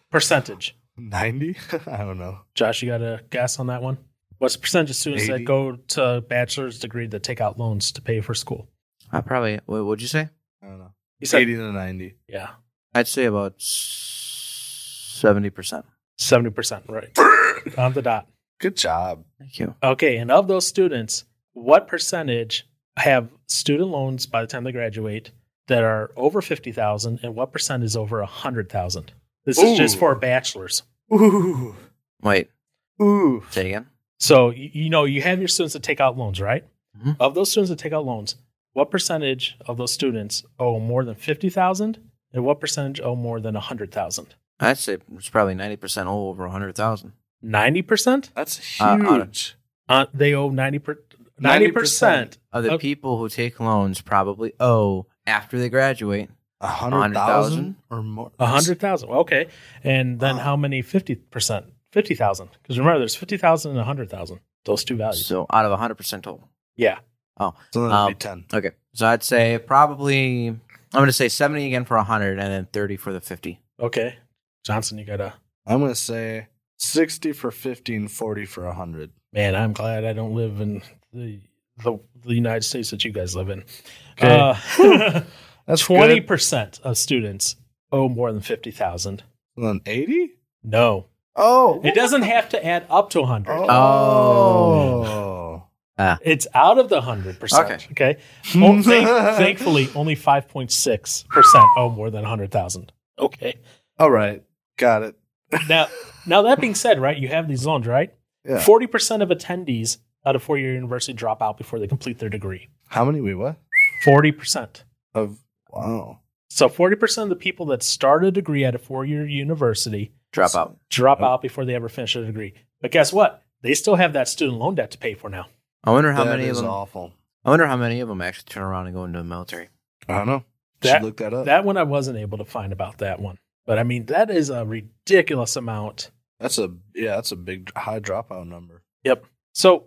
A: Percentage.
B: 90? I don't know.
A: Josh, you got a guess on that one? What's the percentage of students that
B: 80?
A: go to bachelor's degree that take out loans to pay for school?
C: I probably what would you say?
B: I don't know.
A: You said
B: 80 to 90.
A: yeah,
C: I'd say about seventy percent.
A: seventy percent, right? on the dot.
B: Good job.
C: Thank you.
A: Okay, and of those students, what percentage have student loans by the time they graduate that are over fifty thousand, and what percent is over a hundred thousand? This is just
B: Ooh.
A: for bachelors.
B: Ooh.
C: Wait,
B: Ooh.
C: say again.
A: So you, you know you have your students that take out loans, right?
C: Mhm.
A: Of those students that take out loans, what percentage of those students owe more than fifty thousand, and what percentage owe more than a hundred thousand?
C: I'd say it's probably ninety percent over a hundred thousand.
A: Ninety percent?
B: That's
C: Uh, out of-
B: huge.
A: Uh, they owe ninety percent.
C: Of the
A: Okay.
C: people who take loans probably owe after they graduate.
B: A
C: 100,000?
B: 100,000 or more.
A: A hundred thousand. Well, Okay, and then
B: Wow.
A: how many fifty percent? Fifty thousand. Because remember, there's fifty thousand and a hundred thousand. Those two values.
C: So out of a hundred percent total.
A: yeah.
B: So then it'd
C: Um,
B: be 10.
C: Okay. So I'd say probably I'm gonna say seventy again for a hundred and then thirty for the fifty.
A: Okay, Johnson, you got a
B: I'm going to say 60 for 15, 40 for 100.
A: man. I'm glad I don't live in the the, the United States that you guys live in. Uh,
B: Okay. That's
A: Twenty
B: 20.
A: percent of students owe more than fifty thousand.
B: Then 80?
A: No,
B: Oh.
A: it doesn't have to add up to hundred.
B: Oh.
A: It's out of the hundred percent. Okay. Oh, thank- thankfully, only five point six percent owe more than hundred thousand. Okay.
B: All right. Got it.
A: now, now that being said, right, you have these loans, right?
B: Yeah.
A: Forty percent of attendees at a four-year university drop out before they complete their degree.
B: How many we what?
A: Forty percent.
B: Of wow.
A: So forty percent of the people that start a degree at a four-year university
C: Drop out.
A: drop
B: Yep.
A: out before they ever finish their degree. But guess what? They still have that student loan debt to pay for now.
C: I wonder how
B: That
C: many of
B: is
C: them.
B: awful.
C: I wonder how many of them actually turn around and go into the military.
B: I don't know.
A: That-
B: Should look that up.
A: That one I wasn't able to find about that one. But I mean, that is a ridiculous amount.
B: That's a yeah, that's a big high dropout number.
A: So,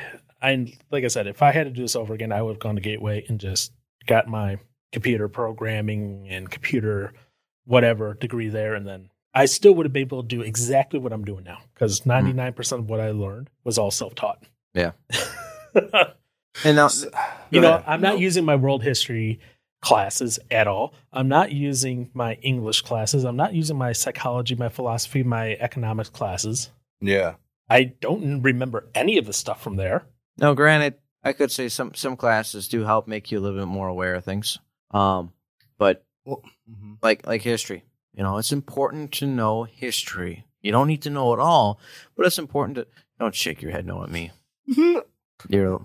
A: I like I said, if I had to do this over again, I would have gone to Gateway and just got my computer programming and computer whatever degree there, and then I still would have been able to do exactly what I'm doing now because 99 percent of what I learned was all self taught.
C: Yeah.
A: you
C: And now,
B: S-
A: know,
B: ahead.
A: I'm not
B: No.
A: using my world history classes at all. I'm not using my English classes. I'm not using my psychology, my philosophy, my economics classes.
B: Yeah.
A: I don't remember any of the stuff from there.
C: now, granted, I could say some some classes do help make you a little bit more aware of things. Um, but
B: Well, mhm.
C: like like history. You know, it's important to know history. You don't need to know it all, but it's important to don't shake your head no at me. You're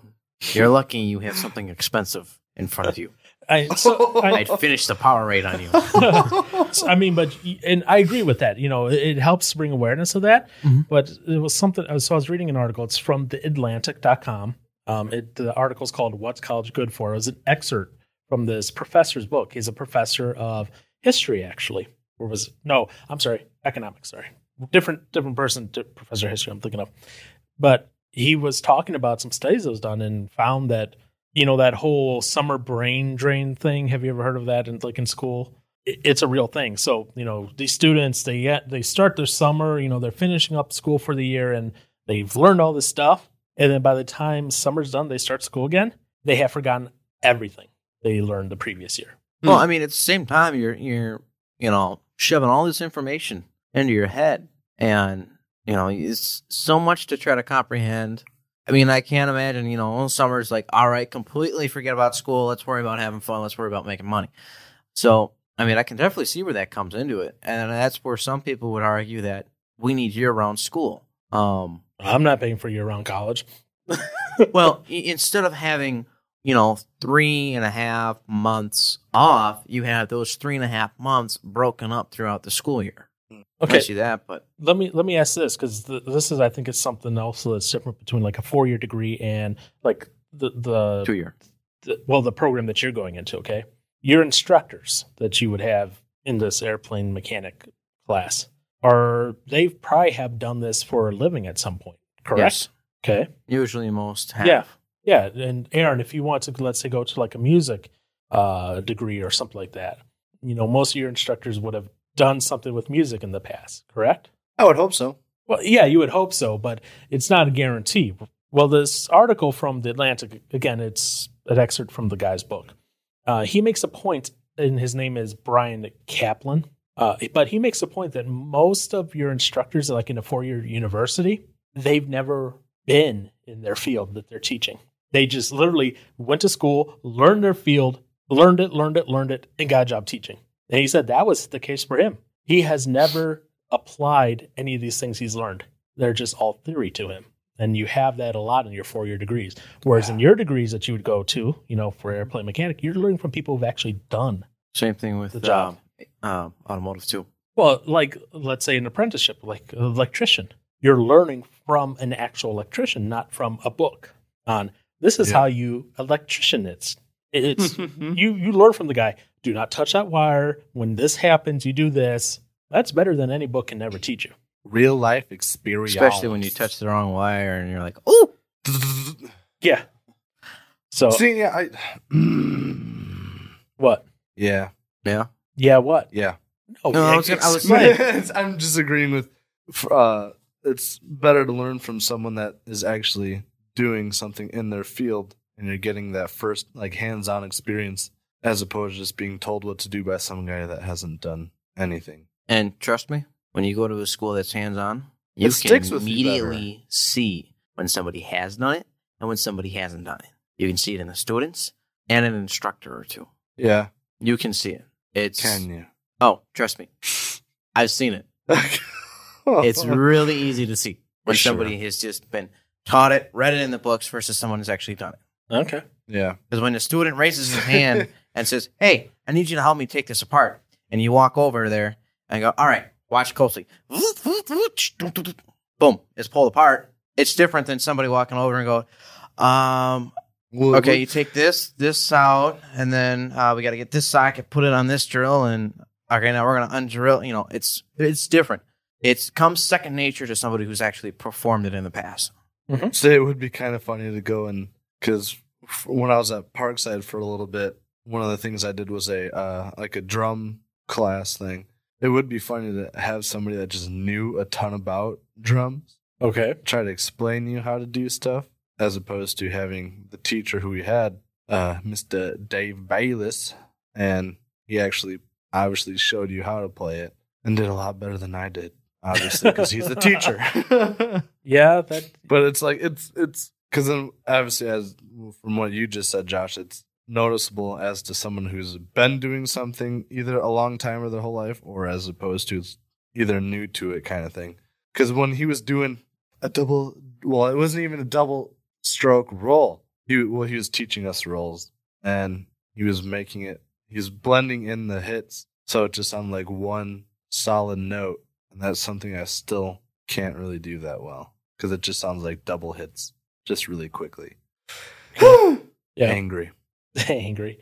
C: you're lucky you have something expensive in front of you.
A: I, so I,
C: I'd finish the Powerade on you.
A: So, I mean, but and I agree with that. You know, it, it helps bring awareness of that.
C: Mhm.
A: But it was something. uh, So I was reading an article. It's from theatlantic.com. Um, it, the article's called "What's College Good For?" It was an excerpt from this professor's book. He's a professor of history, actually, or was no? I'm sorry, economics. Sorry, different different person, di- professor of history. I'm thinking of, but he was talking about some studies that was done and found that you know that whole summer brain drain thing. Have you ever heard of that? In like in school, it- it's a real thing. So you know these students they get they start their summer. You know they're finishing up school for the year and they've learned all this stuff. And then by the time summer's done, they start school again. They have forgotten everything they learned the previous year.
C: well, I mean, at the same time, you're you're you know shoving all this information into your head, and you know it's so much to try to comprehend. I mean, I can't imagine. You know, summer's like, all right, completely forget about school. Let's worry about having fun. Let's worry about making money. So, I mean, I can definitely see where that comes into it, and that's where some people would argue that we need year-round school. Um,
A: I'm not paying for year round college.
C: well, i- instead of having you know three and a half months off, you have those three and a half months broken up throughout the school year. I
A: Okay,
C: see that, but
A: let me let me ask this because th- this is I think it's something else that's different between like a four year degree and like the the
C: two year.
A: the, well the program that you're going into okay your instructors that you would have in this airplane mechanic class are they probably have done this for a living at some point correct
C: Yes.
A: okay
C: usually most have.
A: Yeah. yeah and aaron if you want to let's say go to like a music uh, degree or something like that you know most of your instructors would have done something with music in the past correct
B: I would hope so.
A: well, yeah, you would hope so, but it's not a guarantee. Well, this article from The Atlantic, again, it's an excerpt from the guy's book. Uh, he makes a point, and his name is Brian Kaplan, uh, but he makes a point that most of your instructors, like in a four year university, they've never been in their field that they're teaching. They just literally went to school, learned their field, learned it, learned it, learned it, and got a job teaching. And he said that was the case for him. He has never applied any of these things he's learned. They're just all theory to him. And you have that a lot in your four year degrees. Whereas in your degrees that you would go to, you know, for airplane mechanic, you're learning from people who've actually done.
C: Same thing with
A: The job.
C: um, um, automotive too.
A: Well, like let's say an apprenticeship, like an electrician, you're learning from an actual electrician, not from a book on this is
B: Yeah.
A: how you electrician it's. It's you you learn from the guy. Do not touch that wire. When this happens, you do this. That's better than any book can ever teach you.
B: Real life experience.
C: Especially when you touch the wrong wire and you're like, oh,
A: Yeah. So
B: See, yeah, I
A: what?
B: Yeah.
C: yeah.
A: Yeah, what?
B: Yeah.
A: Oh,
C: No, I
A: yeah,
C: was gonna- I was-
A: explain.
B: I'm just agreeing with uh it's better to learn from someone that is actually doing something in their field and you're getting that first like hands-on experience as opposed to just being told what to do by some guy that hasn't done anything.
C: And trust me, when you go to a school that's hands on, you
B: It
C: can
B: sticks with you
C: immediately see when somebody has done it and when somebody hasn't done it. You can see it in the students and an instructor or two.
B: Yeah.
C: You can see it. It's
B: Can you?
C: oh, trust me, I've seen it. It's really easy to see when
B: Oh, For sure.
C: somebody has just been taught it, read it in the books, versus someone who's actually done it.
A: Okay.
B: yeah.
C: Because when a student raises his hand and says, "Hey, I need you to help me take this apart," and you walk over there and go, "All right, watch closely." Boom, it's pulled apart. It's different than somebody walking over and go, um,
B: Well,
C: "Okay,
B: well,
C: you take this, this out, and then uh, we got to get this socket, put it on this drill, and okay, now we're gonna undrill. You know, it's it's different. It's comes second nature to somebody who's actually performed it in the past.
B: So it would be kind of funny to go and because when I was at Parkside for a little bit, one of the things I did was a uh, like a drum class thing. It would be funny to have somebody that just knew a ton about drums
A: Okay.
B: try to explain you how to do stuff, as opposed to having the teacher who we had, uh, Mr. Dave Bayless, and he actually obviously showed you how to play it and did a lot better than I did, obviously, because he's the teacher.
A: Yeah, that
B: but it's like it's it's because then obviously as from what you just said josh it's noticeable as to someone who's been doing something either a long time or their whole life or as opposed to either new to it kind of thing because when he was doing a double well it wasn't even a double stroke roll he well he was teaching us rolls and he was making it he was blending in the hits so it just sounded like one solid note and that's something i still can't really do that well because it just sounds like double hits just really quickly.
A: yeah,
B: Angry.
A: angry.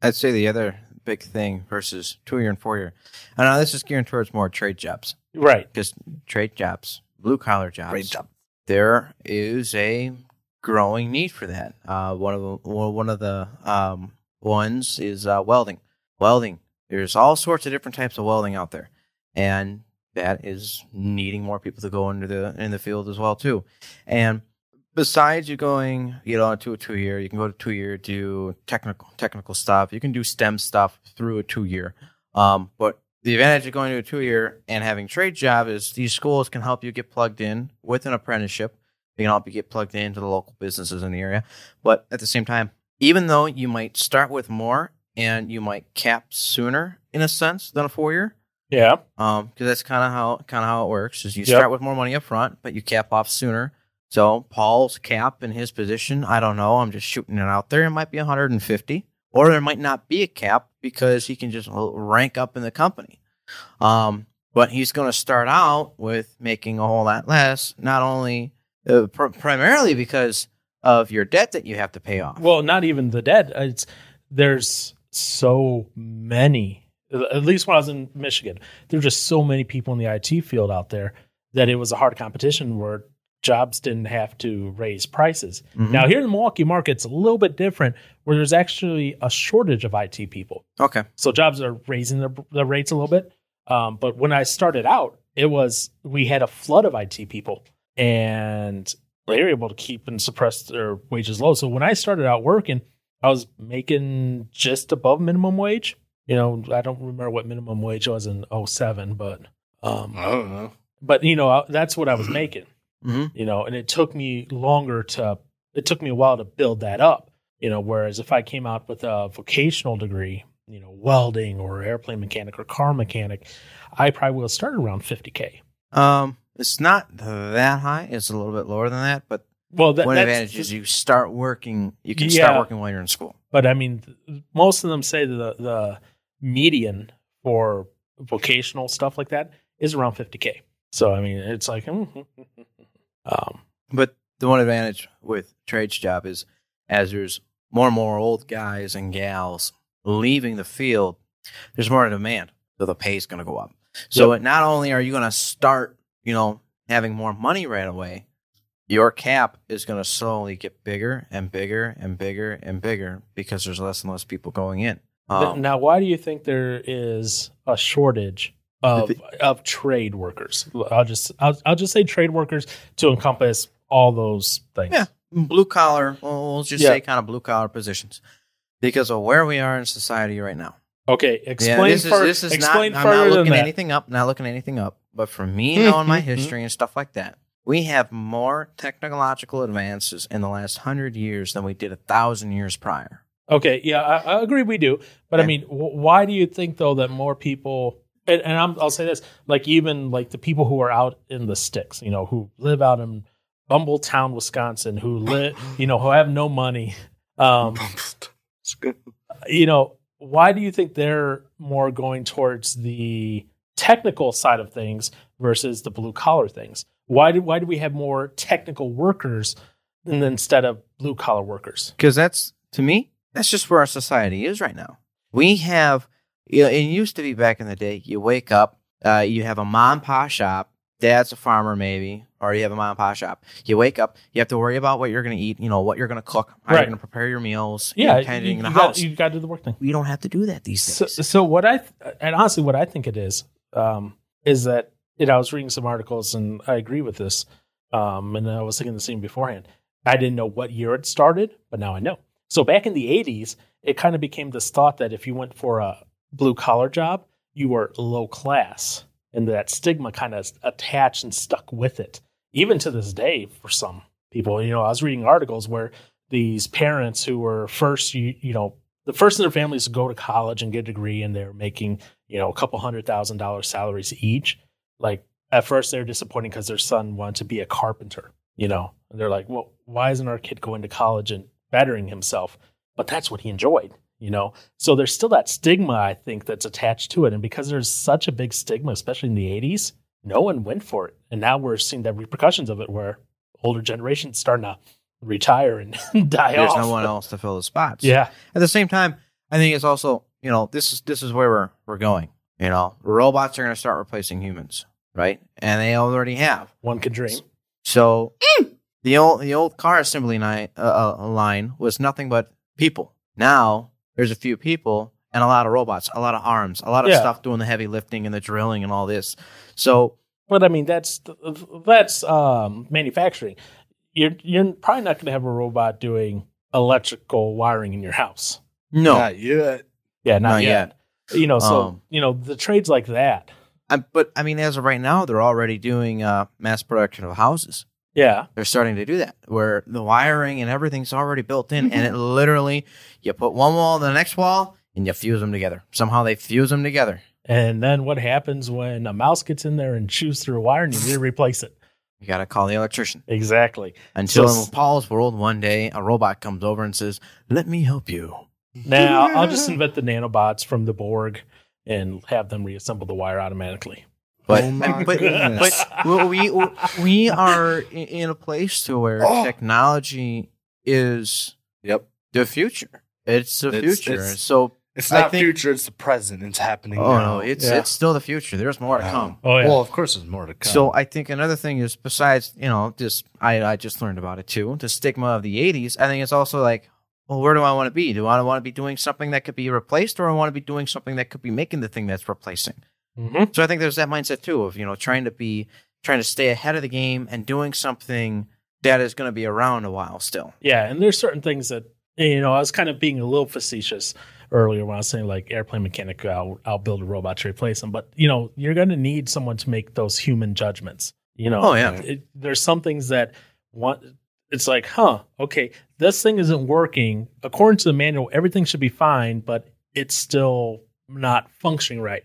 C: I'd say the other big thing versus two year and four year. I know this is gearing towards more trade jobs
A: Right.
C: because trade jobs, blue collar jobs,
B: Great job.
C: there is a growing need for that. Uh, one of the well, one of the um, ones is uh, welding. Welding. There's all sorts of different types of welding out there, and that is needing more people to go into the in the field as well too. And besides you going, you know, to a two year, you can go to two year do technical technical stuff. You can do STEM stuff through a two year. Um, but the advantage of going to a two year and having trade job is these schools can help you get plugged in with an apprenticeship. They can help you get plugged into the local businesses in the area. But at the same time, even though you might start with more and you might cap sooner in a sense than a four year,
A: Yeah.
C: um, because that's kind of how kind of how it works. Is you
A: Yep.
C: start with more money up front, but you cap off sooner. So Paul's cap in his position, I don't know. I'm just shooting it out there. It might be 150, or there might not be a cap because he can just l- rank up in the company. Um, but he's going to start out with making a whole lot less. Not only uh, pr- primarily because of your debt that you have to pay off.
A: Well, not even the dead. Uh, It's there's so many. At least when I was in Michigan, there were just so many people in the IT field out there that it was a hard competition where jobs didn't have to raise prices.
C: Mhm.
A: Now here in the Milwaukee market, it's a little bit different, where there's actually a shortage of IT people.
C: okay,
A: So jobs are raising their, their rates a little bit. Um, but when I started out, it was we had a flood of IT people, and they were able to keep and suppress their wages low. So when I started out working, I was making just above minimum wage. You know, I don't remember what minimum wage was in 07, but um,
B: I don't know.
A: but you know I, that's what I was making
C: Mhm.
A: you know and it took me longer to it took me a while to build that up you know whereas if i came out with a vocational degree you know welding or airplane mechanic or car mechanic i probably would have started around 50k
C: um, it's not that high. It's a little bit lower than that, but
A: well that,
C: one
A: that's
C: advantage is you start working. You can
A: Yeah.
C: start working while you're in school.
A: but i mean th- most of them say the the median for vocational stuff like that is around 50k so i mean it's like mm-hmm. um
C: But the one advantage with trades job is as there's more and more old guys and gals leaving the field, there's more demand, so the pay's going to go up. So not only are you going to start, you know, having more money right away, your cap is going to slowly get bigger and bigger and bigger and bigger because there's less and less people going in.
A: Th-
C: Um,
A: now, why do you think there is a shortage of
C: thi-
A: of trade workers? L- I'll just I'll, I'll just say trade workers to encompass all those things.
C: Yeah. blue collar, well, we'll just
A: Mm. Yeah.
C: say kind of blue collar positions because of where we are in society right now.
A: Okay. Explain
C: this
A: further.
C: is, this is
A: explain
C: not, I'm
A: further
C: not looking
A: than Mm-hmm, that.
C: anything up, not looking anything up. But for me, knowing my history and stuff like that, we have more technological advances in the last hundred years than we did a thousand years prior.
A: Okay. Yeah, I, I agree. We do, but I
C: Okay.
A: mean, wh- why do you think though that more people? And, and I'm, I'll say this: like even like the people who are out in the sticks, you know, who live out in Bumbletown, Wisconsin, who live, you know, who have no money. Um,
B: It's good.
A: you know, why do you think they're more going towards the technical side of things versus the blue collar things? Why do why do we have more technical workers than, instead of blue collar workers?
C: Because that's to me, that's just where our society is right now. We have You know, it used to be back in the day, you wake up, uh, you have a mom and pop shop, dad's a farmer maybe, or you have a mom and pop shop. You wake up, you have to worry about what you're going to eat, you know, what you're going to cook, how
A: Right.
C: you're going to prepare your meals,
A: Yeah,
C: kind
A: you,
C: in the
A: you
C: house.
A: got, you got to do the work thing.
C: we don't have to do that these days.
A: So, so what I th- and honestly, what I think it is um, is that you know I was reading some articles and I agree with this, um, and I was thinking the same beforehand. I didn't know what year it started, but now I know. So back in the '80s, it kind of became this thought that if you went for a blue collar job, you were low class, and that stigma kind of attached and stuck with it, even to this day for some people. You know, I was reading articles where these parents who were first, you, you know, the first in their families to go to college and get a degree and they're making you know a couple hundred thousand dollar salaries each like at first they're disappointed because their son wanted to be a carpenter you know and they're like well why isn't our kid going to college and bettering himself but that's what he enjoyed you know so there's still that stigma i think that's attached to it and because there's such a big stigma especially in the 80s no one went for it and now we're seeing the repercussions of it where older generations starting to retire and die
C: There's
A: off
C: no one else to fill the spots.
A: yeah
C: At the same time, I think it's also you know this is this is where we're we're going. You know, robots are going to start replacing humans, right? And they already have.
A: one could dream
C: So the old the old car assembly ni- uh, uh, line was nothing but people. Now there's a few people and a lot of robots, a lot of arms, a lot of
A: Yeah.
C: stuff doing the heavy lifting and the drilling and all this. So
A: But I mean, that's that's um, manufacturing. You're you're probably not going to have a robot doing electrical wiring in your house.
C: no,
B: Not yet.
A: Yeah, not,
C: Not
A: yet. You know, so
C: Um,
A: you know the trades like that.
C: I, but I mean, as of right now, they're already doing uh, mass production of houses.
A: Yeah,
C: they're starting to do that where the wiring and everything's already built in and it literally you put one wall to the next wall and you fuse them together somehow they fuse them together
A: and then what happens when a mouse gets in there and chews through a wire and you need to replace it?
C: you gotta call the electrician
A: Exactly.
C: until
A: So-
C: in paul's world one day a robot comes over and says let me help you
A: Now I'll just invent the nanobots from the Borg and have them reassemble the wire automatically.
C: but
B: Oh my
C: but,
B: goodness.
C: but we we- we are i- in a place to where
B: Oh.
C: technology is
B: Yep.
C: the future it's the
B: It's-
C: future
B: it's-
C: so
B: It's
C: I
B: not
C: think-
B: future. It's the present. It's happening.
C: oh
B: now.
C: no it's
A: Yeah.
C: it's still the future there's more to
B: Wow.
C: come
A: Oh yeah.
B: Well, of course, there's more to come.
C: So I think another thing is besides, you know, just I, I just learned about it too, the stigma of the eighties, I think it's also like, well, where do I want to be? Do I want to be doing something that could be replaced or I want to be doing something that could be making the thing that's replacing?
A: hmm
C: So I think there's that mindset too of, you know, trying to be trying to stay ahead of the game and doing something that is going to be around a while still.
A: Yeah, and there's certain things that you know. I was kind of being a little facetious earlier when I was saying like airplane mechanic. I'll I'll build a robot to replace them, but you know you're going to need someone to make those human judgments. You know,
C: Oh yeah.
A: it, there's some things that one it's like huh okay this thing isn't working according to the manual everything should be fine but it's still not functioning right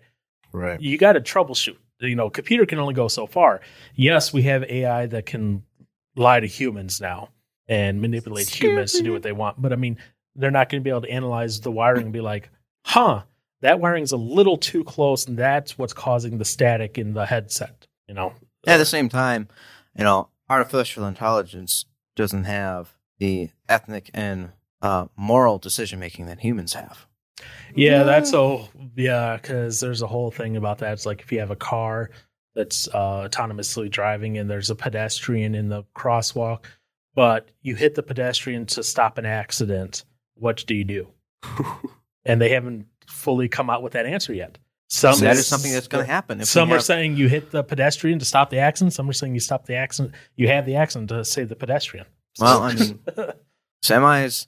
B: right.
A: you got to troubleshoot. You know, computer can only go so far. Yes, we have AI that can lie to humans now and manipulate humans to do what they want. But I mean, they're not going to be able to analyze the wiring and be like, huh, that wiring's a little too close, and that's what's causing the static in the headset. You know,
C: At the same time, you know, artificial intelligence doesn't have the ethnic and uh, moral decision making that humans have.
A: Yeah, that's so yeah, because there's a whole thing about that. It's like if you have a car that's uh, autonomously driving and there's a pedestrian in the crosswalk, but you hit the pedestrian to stop an accident, what do you do? and they haven't fully come out with that answer yet. Some
C: So that is something that's going to happen. we
A: Some are
C: have-
A: saying you hit the pedestrian to stop the accident. Some are saying you stop the accident. You have the accident to save the pedestrian.
C: Well, I mean, semis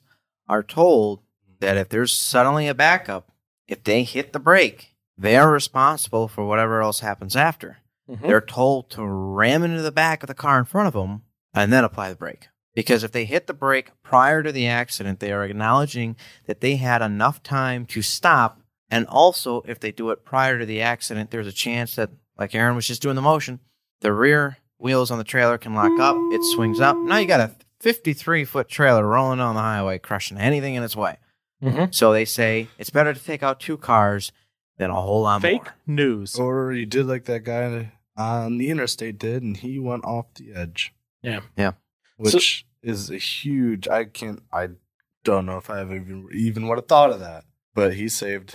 C: are told that if there's suddenly a backup, if they hit the brake, they are responsible for whatever else happens after.
A: Mm-hmm.
C: They're told to ram into the back of the car in front of them and then apply the brake. Because if they hit the brake prior to the accident, they are acknowledging that they had enough time to stop. And also, if they do it prior to the accident, there's a chance that, like Aaron was just doing the motion, the rear wheels on the trailer can lock up, it swings up. Now you got a 53 foot trailer rolling on the highway, crushing anything in its way.
A: Mhm.
C: So they say it's better to take out two cars than a whole lot
A: Fake
C: more.
A: news.
B: Or you did like that guy on the interstate did, and he went off the edge.
A: Yeah.
C: Yeah.
B: Which is a huge. I can't. I don't know if I have even even would have thought of that, but he saved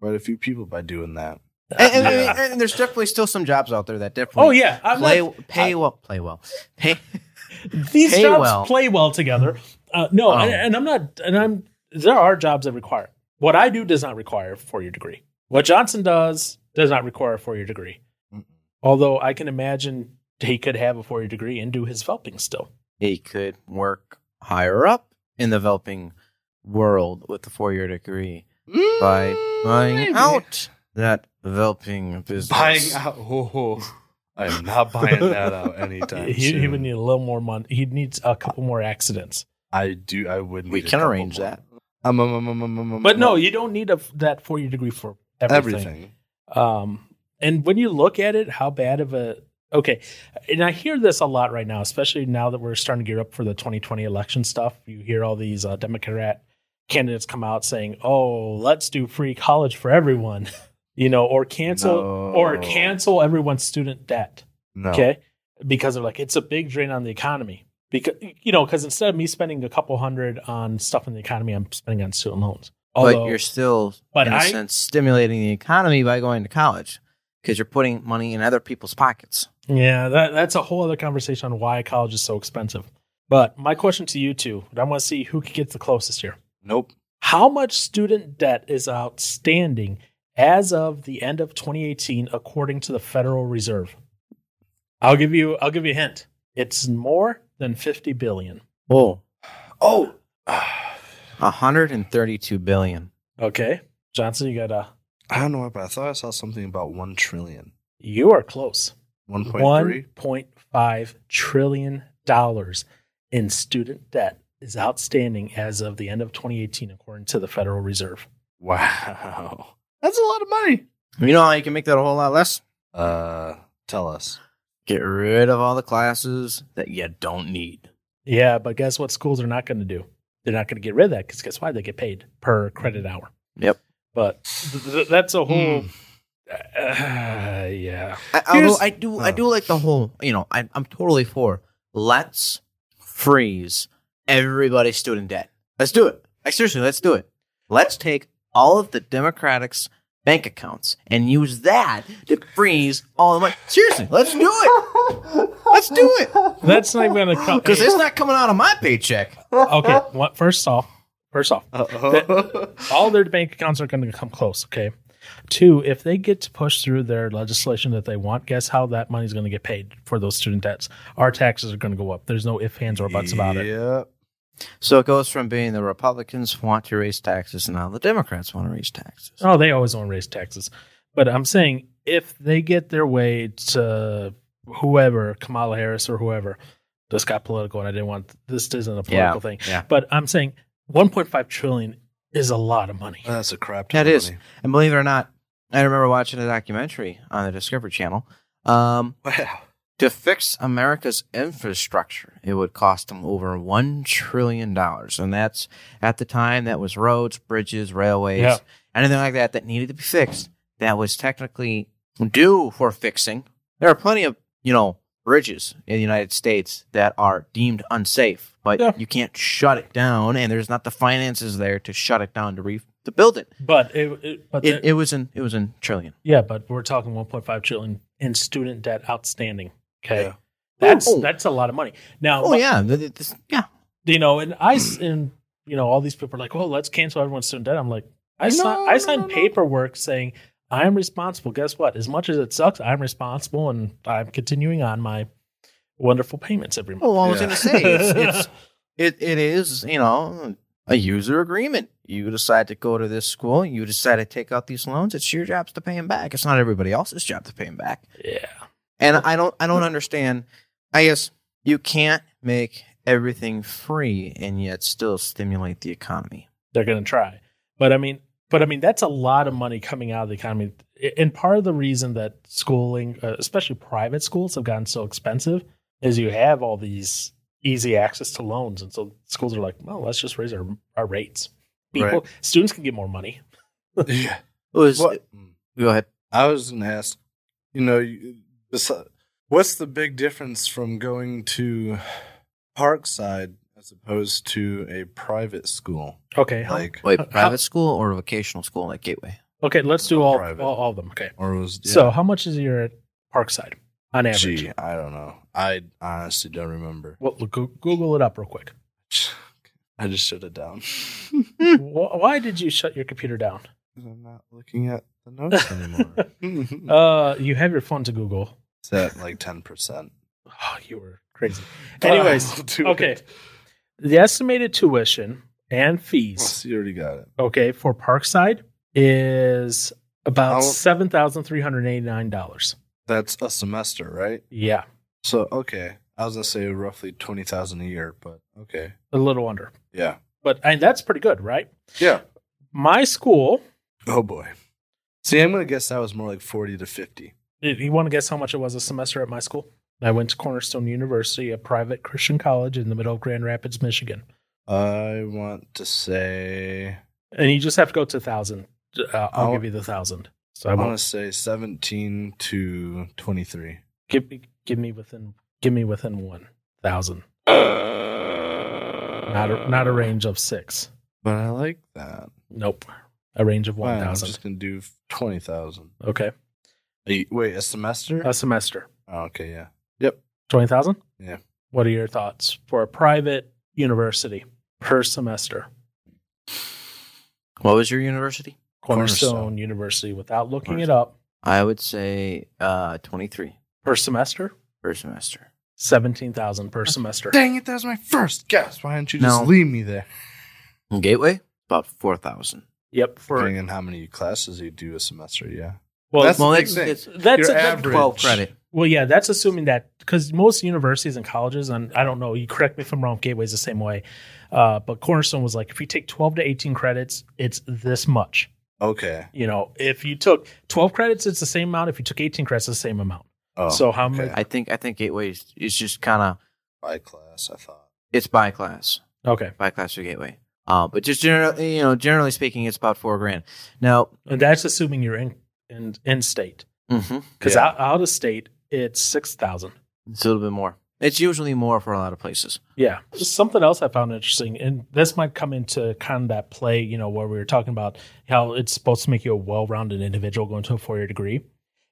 B: quite a few people by doing that.
C: And, and-
B: Yeah.
C: and- and there's definitely still some jobs out there that definitely
A: Oh yeah, I'm
C: play
A: not-
C: pay well play well pay
A: these
C: pay
A: jobs
C: well.
A: play well together. Uh, no,
C: Oh.
A: and, and I'm not. And I'm. There are jobs that require it. what I do does not require a four year degree. What Johnson does does not require a four year degree.
B: Mm-mm.
A: Although I can imagine he could have a four year degree and do his Velping still.
C: he could work higher up in the developing world with a four year degree by buying
B: Maybe.
C: out that developing business.
B: Buying out. Oh, oh. I am not buying that out anytime
A: He, he
B: soon.
A: would need a little more money. He needs a couple more accidents.
B: I do. I would. Need
C: We
B: a
C: can
B: couple
C: arrange
B: more.
C: that.
B: Um, um, um, um, um, um, um,
A: But no,
B: um,
A: you don't need a, that four year degree for
B: everything.
A: everything. Um, and when you look at it, how bad of a okay, and I hear this a lot right now, especially now that we're starting to gear up for the 2020 election stuff. You hear all these uh, Democrat candidates come out saying, "Oh, let's do free college for everyone," you know, or cancel or
B: No.
A: cancel everyone's student debt.
B: No.
A: Okay, because they're like it's a big drain on the economy. Because you know, because instead of me spending a couple hundred on stuff in the economy, I'm spending on student loans.
C: but
A: Although,
C: you're still,
A: but
C: in a
A: I-
C: sense, stimulating the economy by going to college because you're putting money in other people's pockets.
A: Yeah, that, that's a whole other conversation on why college is so expensive. But my question to you two, and I want to see who could get the closest here.
B: Nope.
A: How much student debt is outstanding as of the end of 2018, according to the Federal Reserve? I'll give you. I'll give you a hint. It's more than 50 billion.
C: Oh,
B: Oh.
C: 132 billion.
A: Okay, Johnson, you got a.
B: I don't know why, but I thought I saw something about one trillion.
A: You are close.
B: One point three.
A: 1.5 trillion dollars in student debt is outstanding as of the end of 2018, according to the Federal Reserve.
B: Wow. That's a lot of money.
C: You know how you can make that a whole lot less?
B: Uh, tell us.
C: Get rid of all the classes that you don't need.
A: Yeah, but guess what schools are not going to do? They're not going to get rid of that because guess why? They get paid per credit hour.
C: Yep.
A: But th- th- that's a whole.
B: Hmm.
A: Uh, yeah.
C: I,
B: Here's-
C: although I do, I do like the whole. You know, I, I'm totally for let's freeze everybody's student debt. Let's do it. Like seriously, let's do it. Let's take all of the Democratic's bank accounts and use that to freeze all the money. Seriously, let's do it. Let's do it
A: That's not even going to come.
C: because it's not coming out of my paycheck.
A: okay. What, first off, first off,
B: Uh-oh.
A: all their bank accounts are going to come close. Okay. Two, if they get to push through their legislation that they want, guess how that money's going to get paid for those student debts? Our taxes are going to go up. There's no ifs, ands, or buts about it.
B: Yep.
C: So it goes from being the Republicans want to raise taxes, and now the Democrats want to raise taxes.
A: Oh, they always want to raise taxes. But I'm saying if they get their way to whoever, Kamala Harris or whoever, this got political and I didn't want this isn't a political thing.
C: yeah.
A: But I'm saying 1.5 trillion is a lot of money.
B: That's a crap ton
C: That
B: of
C: is,
B: money.
C: and believe it or not, I remember watching a documentary on the Discovery Channel. Um,
B: Wow.
C: to fix America's infrastructure, it would cost them over one trillion dollars, and that's at the time that was roads, bridges, railways,
A: Yeah.
C: anything like that that needed to be fixed. That was technically due for fixing. There are plenty of you know bridges in the United States that are deemed unsafe, but
A: Yeah.
C: you can't shut it down, and there's not the finances there to shut it down to re- to build it.
A: But it, it but
C: It,
A: the-
C: it was in it was in trillion.
A: yeah, but we're talking 1.5 trillion in student debt outstanding. Okay.
B: Yeah.
A: That's
C: Oh.
A: that's a lot of money. Now,
C: Oh yeah, th- th- this- yeah.
A: you know, and I s- and you know, all these people are like, "Well, let's cancel everyone's student debt." I'm like, I
B: No,
A: si- I
B: no,
A: signed
B: no, no.
A: paperwork saying I'm responsible. Guess what? As much as it sucks, I'm responsible, and I'm continuing on my wonderful payments every month.
C: Well, I was
B: Yeah.
C: going to say it's, it's it it is you know a user agreement. You decide to go to this school. You decide to take out these loans. It's your job to pay them back. It's not everybody else's job to pay them back.
B: Oh.
A: yeah,
C: And I don't I don't understand. I guess you can't make everything free and yet still stimulate the economy.
A: they're going to try, but I mean, but I mean, that's a lot of money coming out of the economy, and part of the reason that schooling, uh, especially private schools, have gotten so expensive is you have all these easy access to loans, and so schools are like, "Well, let's just raise our our rates." People, students can get more money.
B: yeah.
C: It was,
B: What?
C: Go ahead.
B: I was going to ask, you know, you- besi- what's the big difference from going to Parkside as opposed to a private school?
A: Okay. how-
B: Like,
C: Wait,
A: How-
C: private school or vocational school like Gateway?
A: Okay, let's do all all,
B: Private.
A: all of them. Okay.
B: Or was yeah.
A: So how much is your Parkside on average?
B: Gee, I don't know. I honestly don't remember.
A: Well, look, Goo- Google it up real quick.
B: I just shut it down. Hmm.
A: Wh- Why did you shut your computer down?
B: I'm not looking at the notes anymore. it's
A: Uh, you have your phone to Google.
B: at like ten percent.
A: Oh, you were crazy. Anyways, uh, okay. The estimated tuition and fees,
B: you already got it.
A: okay, for Parkside is about
B: I'll-
A: seven thousand three hundred eighty nine dollars.
B: That's a semester, right?
A: Yeah,
B: So okay, I was gonna say roughly twenty thousand a year, but okay,
A: a little under,
B: yeah,
A: but and that's pretty good, right?
B: yeah.
A: My school.
B: Oh boy. See, I'm gonna guess that was more like forty to fifty.
A: You- You want to guess how much it was a semester at my school? I went to Cornerstone University, a private Christian college in the middle of Grand Rapids, Michigan.
B: I want to say
A: And you just have to go to thousand. Uh, I'll
B: I'll-
A: give you the thousand. So
B: I
A: I
B: want
A: won't
B: to say seventeen to twenty three.
A: give me give me within give me within one thousand. Not a, not a range of six.
B: But I like that.
A: Nope, a range of one
B: Fine, I'm
A: thousand.
B: just gonna do twenty thousand.
A: Okay,
B: Wait, a semester?
A: a semester
B: Oh, okay, yeah.
A: twenty thousand.
B: Yeah.
A: What are your thoughts for a private university per semester?
C: What was your university?
A: Cornerstone,
B: Cornerstone.
A: University, without looking it up,
C: I would say uh, 23
A: per semester,
C: per semester.
A: seventeen thousand per semester.
B: Dang it, that was my first guess. Why didn't you just
C: No.
B: leave me there?
C: And Gateway? About 4,000.
A: Yep. For
B: Depending on how many classes you do a semester, yeah.
A: well,
B: That's-
A: that's,
B: the big thing.
A: that's,
B: Your
A: that's
B: average.
C: 12 credit.
A: Well, yeah, that's assuming that because most universities and colleges, and I don't know, you correct me if I'm wrong, Gateway's the same way. Uh, but Cornerstone was like, if you take 12 to 18 credits, it's this much.
B: Okay.
A: You know, if you took 12 credits, it's the same amount. If you took 18 credits, it's the same amount.
B: Oh,
A: so how
B: okay.
A: many?
C: I think I think Gateway is, is just kind of
B: by class, I thought.
C: it's by class,
A: Okay.
C: by class or Gateway. Uh, but just generally, you know, generally speaking, it's about four grand. Now,
A: And that's assuming you're in in, in state.
C: mhm,
A: Because
B: Yeah.
A: out, out of state, it's 6,000.
C: it's a little bit more. It's usually more for a lot of places.
A: Yeah. Something else I found interesting, and this might come into kind of that play, you know, where we were talking about how it's supposed to make you a well rounded individual going to a four year degree.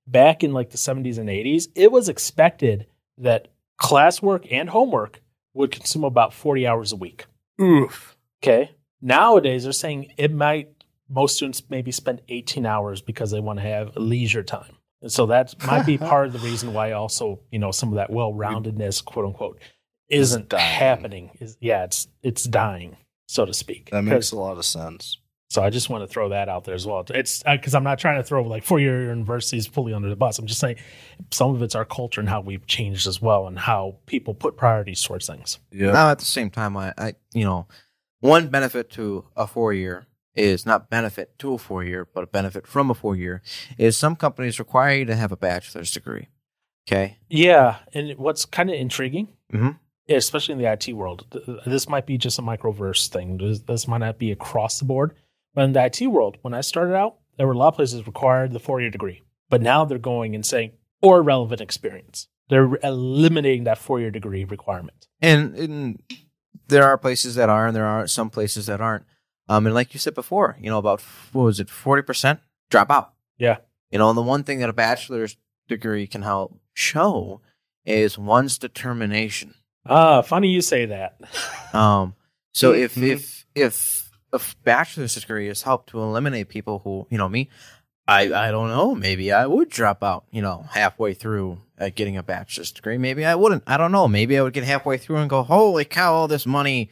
A: Back in like the 70s and 80s, it was expected that classwork and homework would consume about 40 hours a week.
B: Oof.
A: Okay. Nowadays, they're saying it might, most students maybe spend 18 hours because they want to have leisure time. And so that might be part of the reason why also, you know, some of that well roundedness, quote unquote, isn't
B: dying.
A: happening. Is yeah, it's it's dying, so to speak.
B: That
A: 'Cause-
B: makes a lot of sense.
A: so I just want to throw that out there as well. It's because I'm not trying to throw like four year universities fully under the bus. I'm just saying some of it's our culture and how we've changed as well and how people put priorities towards things.
B: Yeah.
C: Now, at the same time, I, I you know, one benefit to a four year is not benefit to a four year, but a benefit from a four year is some companies require you to have a bachelor's degree. Okay.
A: Yeah, and what's kind of intriguing,
C: Mhm.
A: especially in the IT world, th- this might be just a microverse thing. This, this might not be across the board, but in the IT world, when I started out, there were a lot of places that required the four year degree, but now they're going and saying or relevant experience. They're eliminating that four year degree requirement.
C: and, and there are places that are and there are some places that aren't um and like you said before you know about what was it 40% drop out
A: Yeah.
C: you know and the one thing that a bachelor's degree can help show is one's determination
A: Ah, funny you say that.
C: um so
B: Mhm.
C: if if if a bachelor's degree has helped to eliminate people who you know me I, I don't know. Maybe I would drop out, you know, halfway through uh, getting a bachelor's degree. Maybe I wouldn't. I don't know. Maybe I would get halfway through and go, holy cow, all this money,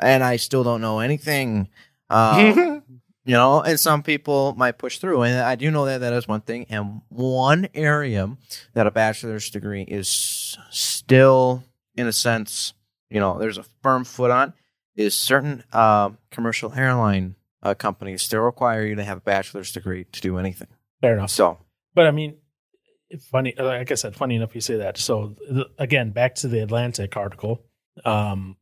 C: and I still don't know anything. Uh, you know, and some people might push through. And I do know that that is one thing. And one area that a bachelor's degree is still, in a sense, you know, there's a firm foot on is certain uh, commercial airline uh, companies still require you to have a bachelor's degree to do anything.
A: Fair enough.
C: So,
A: But I mean, funny, like I said, funny enough you say that. So th- again, back to the Atlantic article. Um,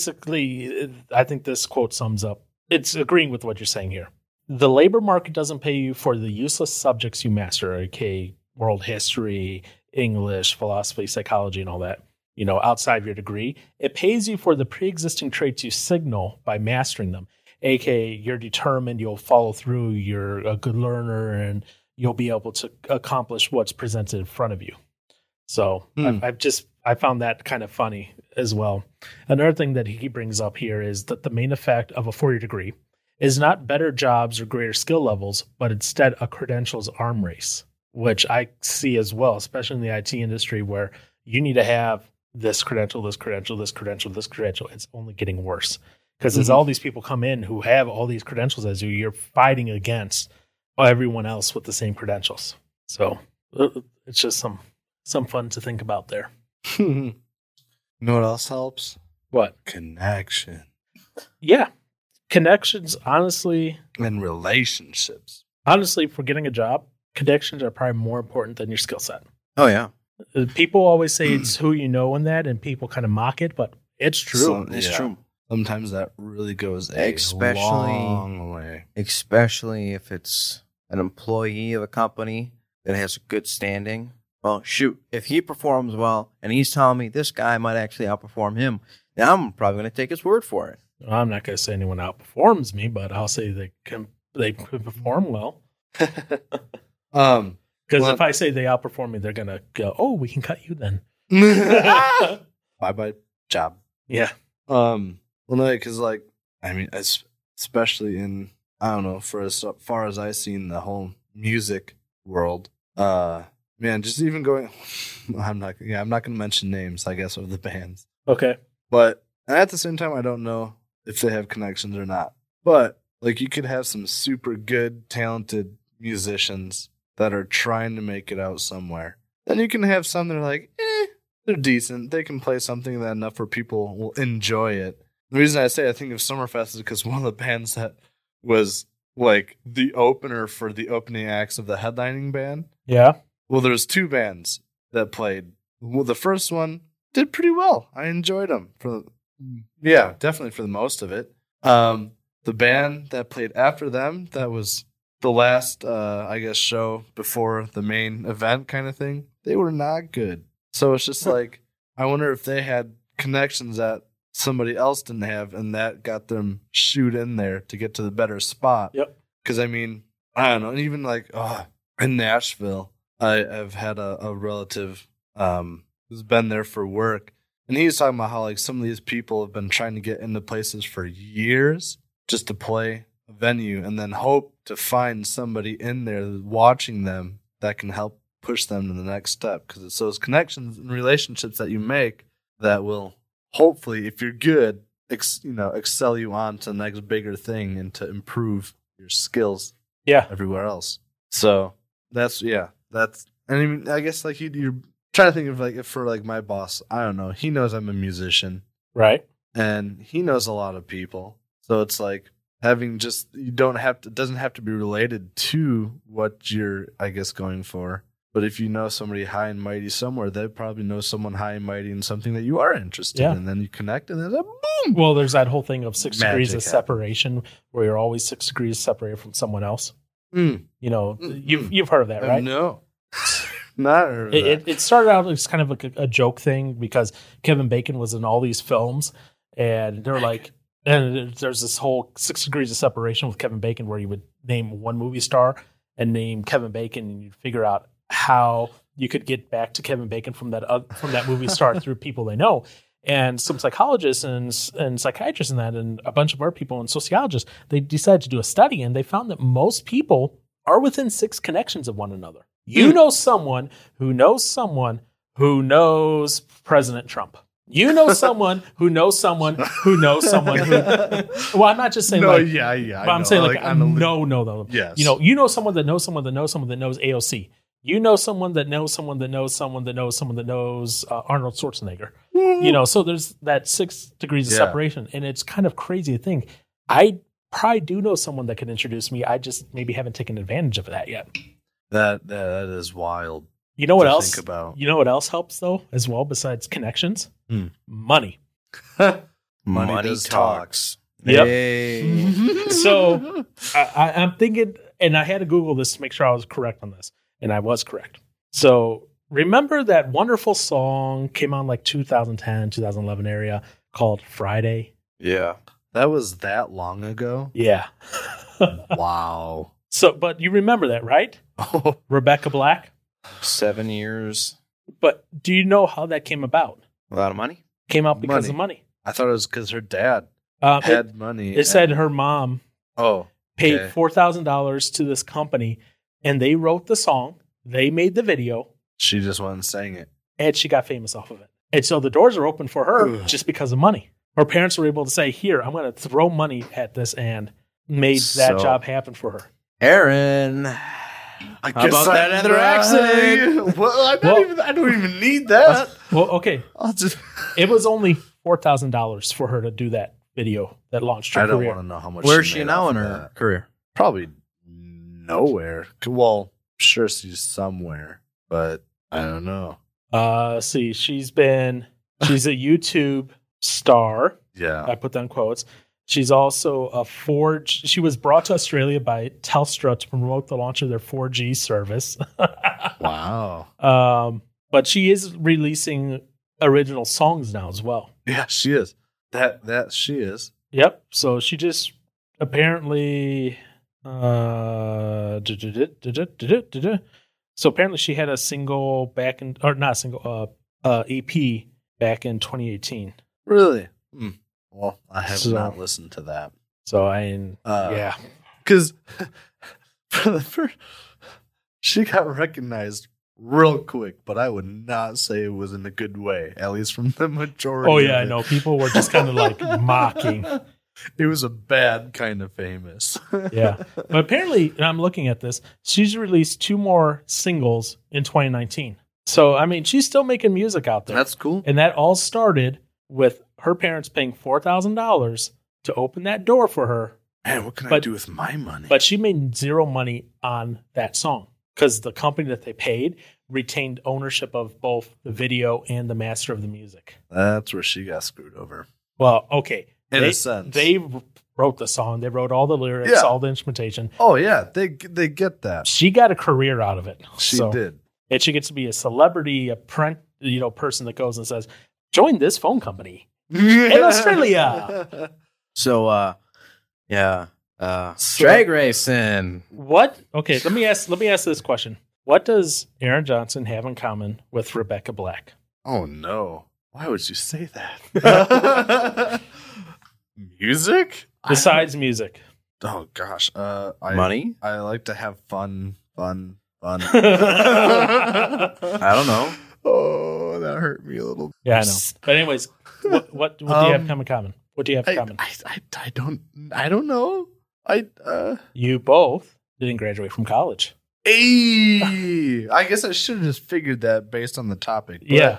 A: basically, I think this quote sums up. It's agreeing with what you're saying here. The labor market doesn't pay you for the useless subjects you master, aka world history, English, philosophy, psychology, and all that. You know, outside of your degree, it pays you for the pre-existing traits you signal by mastering them. aka you're determined, you'll follow through, you're a good learner, and you'll be able to accomplish what's presented in front of you. So
B: Hmm.
A: I've, I've just I found that kind of funny as well. Another thing that he brings up here is that the main effect of a four year degree is not better jobs or greater skill levels, but instead a credentials arm race, which I see as well, especially in the IT industry where you need to have this credential, this credential, this credential, this credential. It's only getting worse because as
B: Mhm.
A: all these people come in who have all these credentials as you, you're fighting against everyone else with the same credentials. So uh, it's just some some fun to think about there.
B: you know what else helps?
A: What?
B: Connection
A: Yeah, connections. Honestly,
B: and relationships.
A: honestly, for getting a job, connections are probably more important than your skill set.
C: Oh yeah.
A: Uh, People always say it's who you know and that, and people kind of mock it, but it's true.
B: So-
C: It's
B: Yeah.
C: true.
B: Sometimes that really goes a
C: Especially-
B: long way.
C: Especially if it's an employee of a company that has good standing. Well, Oh, shoot, if he performs well and he's telling me this guy might actually outperform him, then I'm probably going to take his word for it.
A: I'm not going to say anyone outperforms me, but I'll say they can they can perform well.
B: um,
A: Because
B: Well-
A: if I say they outperform me, they're going to go, "Oh, we can cut you then."
B: bye bye job.
A: Yeah.
B: Um, well, no, because like I mean, es- especially in I don't know for as far as I've seen the whole music world. Uh, man, just even going, I'm not. Yeah, I'm not gonna mention names. I guess of the bands.
A: Okay.
B: But at the same time, I don't know if they have connections or not. But like you could have some super good, talented musicians that are trying to make it out somewhere. Then you can have some that are like, eh, they're decent. They can play something that enough where people will enjoy it. The reason I say I think of Summerfest is because one of the bands that was like the opener for the opening acts of the headlining band.
A: Yeah.
B: Well, there's two bands that played. Well, the first one did pretty well. I enjoyed them for the, yeah, definitely for the most of it. Um, the band that played after them, that was the last, uh, I guess, show before the main event kind of thing. They were not good. So it's just like I wonder if they had connections that somebody else didn't have, and that got them shoot in there to get to the better spot.
A: Yep.
B: Because I mean, I don't know. And even like oh, in Nashville, I, I've had a, a relative um, who's been there for work, and he was talking about how like some of these people have been trying to get into places for years just to play a venue, and then hope to find somebody in there watching them that can help push them to the next step. Because it's those connections and relationships that you make that will hopefully, if you're good, ex- you know, excel you on to the next bigger thing and to improve your skills
A: Yeah.
B: everywhere else. So that's yeah, that's and I mean I guess like you, you're trying to think of like if for like my boss, I don't know, he knows I'm a musician
A: Right.
B: and he knows a lot of people, so it's like having just you don't have to it doesn't have to be related to what you're I guess going for. But if you know somebody high and mighty somewhere, they probably know someone high and mighty in something that you are interested
A: Yeah.
B: in, and then you connect, and then boom,
A: Well, there's that whole thing of six
B: Magic
A: degrees of
B: happens.
A: separation, where you're always six degrees separated from someone else.
B: Mm.
A: You know,
B: Mm,
A: you've
B: mm.
A: you've heard of that, right?
B: no, not heard of
A: It, it,
B: that.
A: it started out as kind of like a, a joke thing because Kevin Bacon was in all these films, and they're like, and there's this whole six degrees of separation with Kevin Bacon, where you would name one movie star and name Kevin Bacon, and you'd figure out how you could get back to Kevin Bacon from that oth- from that movie star through people they know. And some psychologists and s- and psychiatrists and that, and a bunch of art people and sociologists, they decided to do a study, and they found that most people are within six connections of one another. You know someone who knows someone who knows President Trump. You know someone who knows someone who knows someone who. Well, I'm not just saying
B: no,
A: like.
B: yeah, yeah.
A: but I'm saying like, I
B: on a-
A: know know them.
B: Yes.
A: You know, you know someone that knows someone that knows someone that knows AOC. You know someone that knows someone that knows someone that knows someone that knows uh, Arnold Schwarzenegger. You know, so there's that six degrees of
B: Yeah.
A: separation, and it's kind of crazy to think. I probably do know someone that could introduce me. I just maybe haven't taken advantage of that yet.
B: that, that that is wild.
A: You know what
B: to
A: else?
B: Think about
A: You know what else helps though, as well, besides connections?
B: Hmm.
A: Money.
B: Money does talks.
A: Yep.
C: Hey.
A: So- I, I, I'm thinking, and I had to Google this to make sure I was correct on this, and I was correct. So remember that wonderful song came on like 2010, 2011 area called Friday?
C: yeah.
B: That was that long ago.
A: Yeah.
B: wow.
A: So, but you remember that, right?
B: Oh,
A: Rebecca Black.
C: Seven years,
A: But do you know how that came about?
C: a lot of money.
A: Came out because of money.
B: I thought it was because her dad
A: Uh, it,
B: had money.
A: it said her mom
B: "Oh,
A: paid
B: Okay.
A: four thousand dollars to this company, and they wrote the song, they made the video,
B: she just went and sang it."
A: and she got famous off of it. And so the doors are open for her
B: Ugh.
A: just because of money. Her parents were able to say, "Here, I'm going to throw money at this," and made that
B: So-
A: job happen for her.
C: Aaron.
B: I
C: How about that
B: I'm
C: other
B: right.
C: accident?
B: Well, I'm not
A: Well-
B: even, I don't even need that.
A: Well, okay,
B: I'll just.
A: it was only four thousand dollars for her to do that video that launched her
B: I don't
A: career.
B: want to know how much.
C: Where's she
B: made
C: now
B: off
C: in
B: of
C: her
B: that.
C: career?
B: Probably nowhere. Well, sure she's somewhere, but I don't know.
A: Uh, see, she's been she's a YouTube star.
B: Yeah.
A: I put down quotes. She's also a 4 She was brought to Australia by Telstra to promote the launch of their 4G service.
B: Wow.
A: um, but she is releasing original songs now as well.
B: Yeah, she is. That that she is.
A: Yep. So she just apparently. Uh, duh, duh, duh, duh, duh, duh, duh, duh, duh. so apparently she had a single back in, or not a single, uh, uh, EP back in 2018.
B: Really? Hmm. Well, I have
A: So-
B: not listened to that.
A: So I,
B: Uh,
A: yeah,
B: Because for the first, she got recognized real quick, but I would not say it was in a good way, at least from the majority.
A: Oh
B: of
A: yeah, I
B: it.
A: know. People were just kind of like mocking.
B: It was a bad kind of famous.
A: Yeah. But apparently, and I'm looking at this, she's released two more singles in 2019. So I mean, she's still making music out there.
C: That's cool.
A: and that all started with her parents paying four thousand dollars to open that door for her,
B: Man, what can I
A: But-
B: do with my money?
A: but she made zero money on that song because the company that they paid retained ownership of both the video and the master of the music.
B: That's where she got screwed over.
A: Well, okay.
B: In
A: they,
B: a sense.
A: They wrote the song. They wrote all the lyrics,
B: Yeah.
A: all the instrumentation.
B: Oh yeah, they they get that.
A: She got a career out of it.
B: She
A: So-
B: did.
A: And she gets to be a celebrity, a print, you know, person that goes and says, join this phone company.
B: In
A: Australia.
C: So, uh, yeah, uh,
B: So-
C: drag racing.
A: What? Okay, let me ask. Let me ask this question. What does Aaron Johnson have in common with Rebecca Black?
B: Oh no. Why would you say that? Music?
A: Besides music,
B: I- oh gosh. Uh I
C: Money?
B: I like to have fun, fun, fun.
A: I
C: I don't know.
B: Oh, that hurt me a little.
A: yeah, I know. But anyways, what what, what do you have
B: Um,
A: come in common? What do you have in
B: I,
A: common?
B: I, I, I don't I don't know. I uh
A: you both didn't graduate from college.
B: Hey, I guess I should have just figured that based on the topic. but
A: yeah,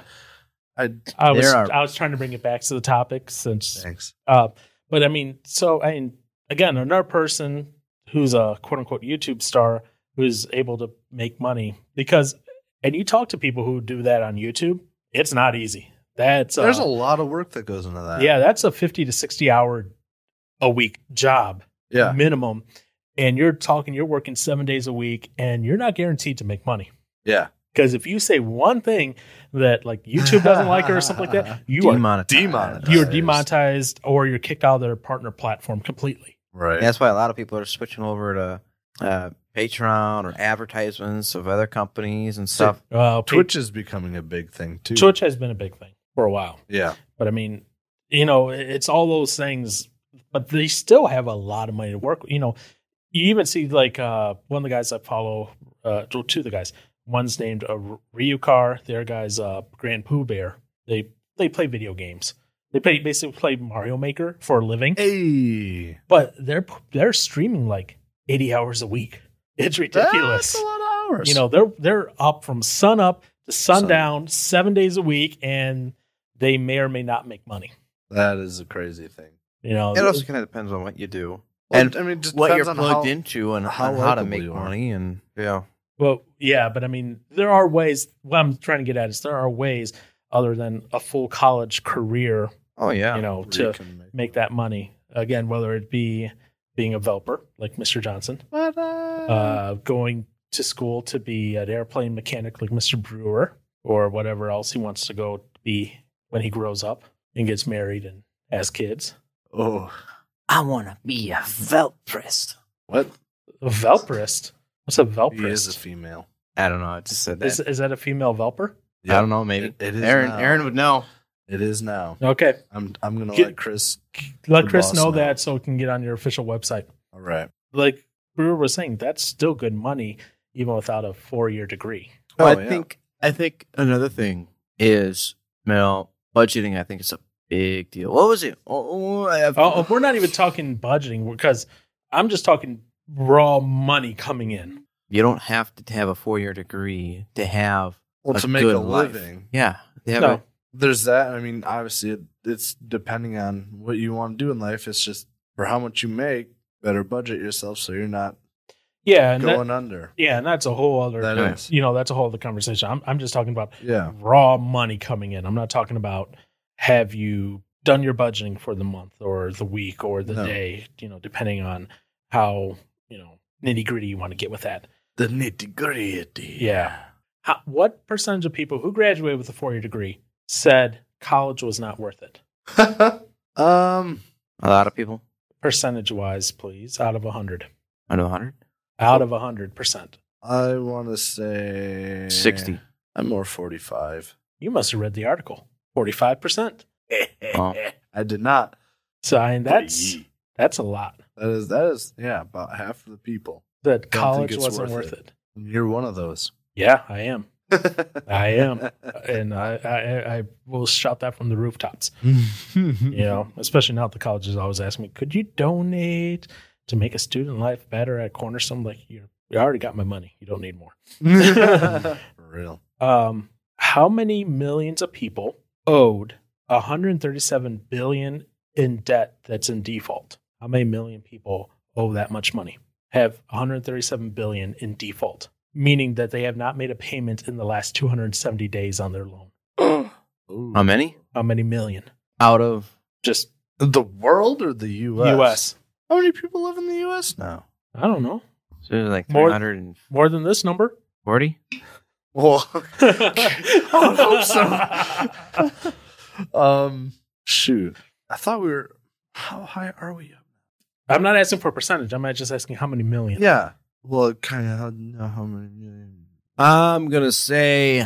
B: I
A: I was
C: There are-
A: I was trying to bring it back to the topic since
B: thanks.
A: Uh, but I mean, so I mean, again, another person who's a quote unquote YouTube star who's able to make money because, and you talk to people who do that on YouTube, it's not easy. That's uh,
B: There's a lot of work that goes into that.
A: yeah, that's a fifty to sixty hour a week job
B: Yeah.
A: minimum, and you're talking, you're working seven days a week, and you're not guaranteed to make money.
B: Yeah.
A: Because if you say one thing that like YouTube doesn't like or something like that, you are
C: Demonetized.
B: Demonetized.
A: you're demonetized or you're kicked out of their partner platform completely.
B: Right.
C: That's why a lot of people are switching over to uh, Patreon or advertisements of other companies and stuff.
A: Well, Twitch
B: Twitch is becoming a big thing too.
A: Uh, Twitch has been a big thing for a while,
B: Yeah.
A: but I mean, you know, it's all those things. But they still have a lot of money to work. with. You know, you even see like uh, one of the guys I follow, uh, well, two of the guys. One's named uh, Ryukar. The other guy's uh, Grand Pooh Bear. They they play video games. They play, basically play Mario Maker for a living,
B: Hey.
A: but they're they're streaming like eighty hours a week. It's ridiculous.
B: That's a lot of hours.
A: you know they're they're up from sun up to sundown seven days a week and they may or may not make money
B: that is a crazy thing.
A: you know
C: It also kind of depends on what you do
B: Well,
C: and
B: I mean, just
C: what you're
B: depends on
C: plugged
B: how-
C: into and
B: how
C: how, how to
B: likable
C: make
B: you are.
C: money and yeah.
A: well yeah but i mean there are ways what i'm trying to get at is there are ways other than a full college career
C: Oh yeah.
A: you know
B: where you
A: to
B: can make-
A: make that money again whether it be being a velper like mr johnson
B: But, uh,
A: uh, going to school to be an airplane mechanic like mr brewer or whatever else he wants to go be when he grows up and gets married and has kids
B: oh,
C: I want to be a Velprist.
B: What?
A: A Velprist. What's a
B: He is a
A: Velprist?
B: female.
C: I don't know. I just said that.
A: Is, is that a female Velper?
C: I don't know. Maybe
B: It, it is
C: Aaron.
B: now.
C: Aaron would know.
B: It is now.
A: Okay.
B: I'm I'm gonna
A: Get-
B: let Chris.
A: Let
B: The
A: Chris
B: boss
A: know
B: now.
A: that so it can get on your official website.
B: All right.
A: Like Brewer was saying, that's still good money, even without a four year degree.
C: Well,
B: Oh,
C: I
B: yeah.
C: think I think another thing is you know budgeting. I think it's a big deal. What was it? Oh, oh, I have-
A: Oh, oh, we're not even talking budgeting because I'm just talking raw money coming in.
C: You don't have to have a four year degree to have.
B: Well,
C: A
B: to make
C: good
B: a
C: life.
B: living,
C: Yeah, they have
A: No.
C: a-
B: there's that. I mean, obviously, it, it's depending on what you want to do in life. It's just for how much you make, better budget yourself so you're not
A: Yeah, and that,
B: going under.
A: yeah, and that's a whole other.
B: That
C: Yeah.
B: is.
A: you know, that's a whole other conversation. I'm I'm just talking about
B: Yeah.
A: raw money coming in. I'm not talking about have you done your budgeting for the month or the week or the
B: No.
A: day, you know, depending on how, you know, nitty gritty you want to get with that.
B: The nitty gritty.
A: Yeah. How, what percentage of people who graduated with a four year degree said college was not worth it?
B: um.
C: a lot of people.
A: Percentage wise, please, out of 100.
C: I know 100,
A: Out of 100%.
B: I want to say
C: 60.
B: I'm more 45.
A: You must have read the article. 45%.
C: Wow.
B: I did not.
A: So I mean, that's, that's a lot.
B: That is that is yeah about half of the people.
A: That
B: think
A: college
B: it's
A: wasn't
B: worth
A: worth
B: it.
A: it.
B: And you're one of those.
A: Yeah, I am. I am. and I, I, I will shout that from the rooftops. You know, especially now that the colleges always ask me, "Could you donate to make a student life better at Cornerstone?" Like you, you already got my money. You don't need more.
B: For real.
A: Um, how many millions of people owed 137 billion in debt that's in default? How many million people owe that much money? Have 137 billion in default, meaning that they have not made a payment in the last 270 days on their loan.
B: Ooh.
A: Um,
C: How many?
A: How many million?
C: Out of
A: Just
B: the world or the U.S.
A: US.
B: How many people live in the U.S. now?
A: I don't know.
C: so there's like
A: More-
C: 340.
A: More than this number?
B: Well,
A: I
B: I hope so. um, shoot. I thought we were. How high are we?
A: am not asking for a percentage. I'm just asking how many million.
B: Yeah. Well, kind of. Know how many million?
C: I'm gonna say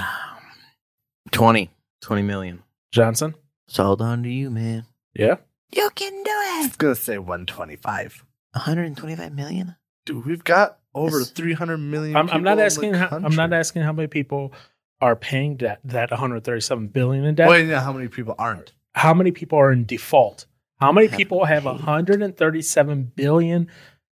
C: 20, 20 million.
A: Johnson?
C: It's all down to you, man.
A: Yeah.
C: You can do
B: I
C: it.
B: was gonna say 125.
C: 125 million.
B: Dude, we've got over
C: Yes.
B: 300 million.
A: I'm, I'm
B: people
A: not
B: in the
A: asking how, I'm not
B: country.
A: asking how many people are paying debt that 137 billion in debt.
B: Well, yeah, how many people aren't?
A: How many people are in default? How many
C: Haven't
A: people have
C: paid.
A: 137 billion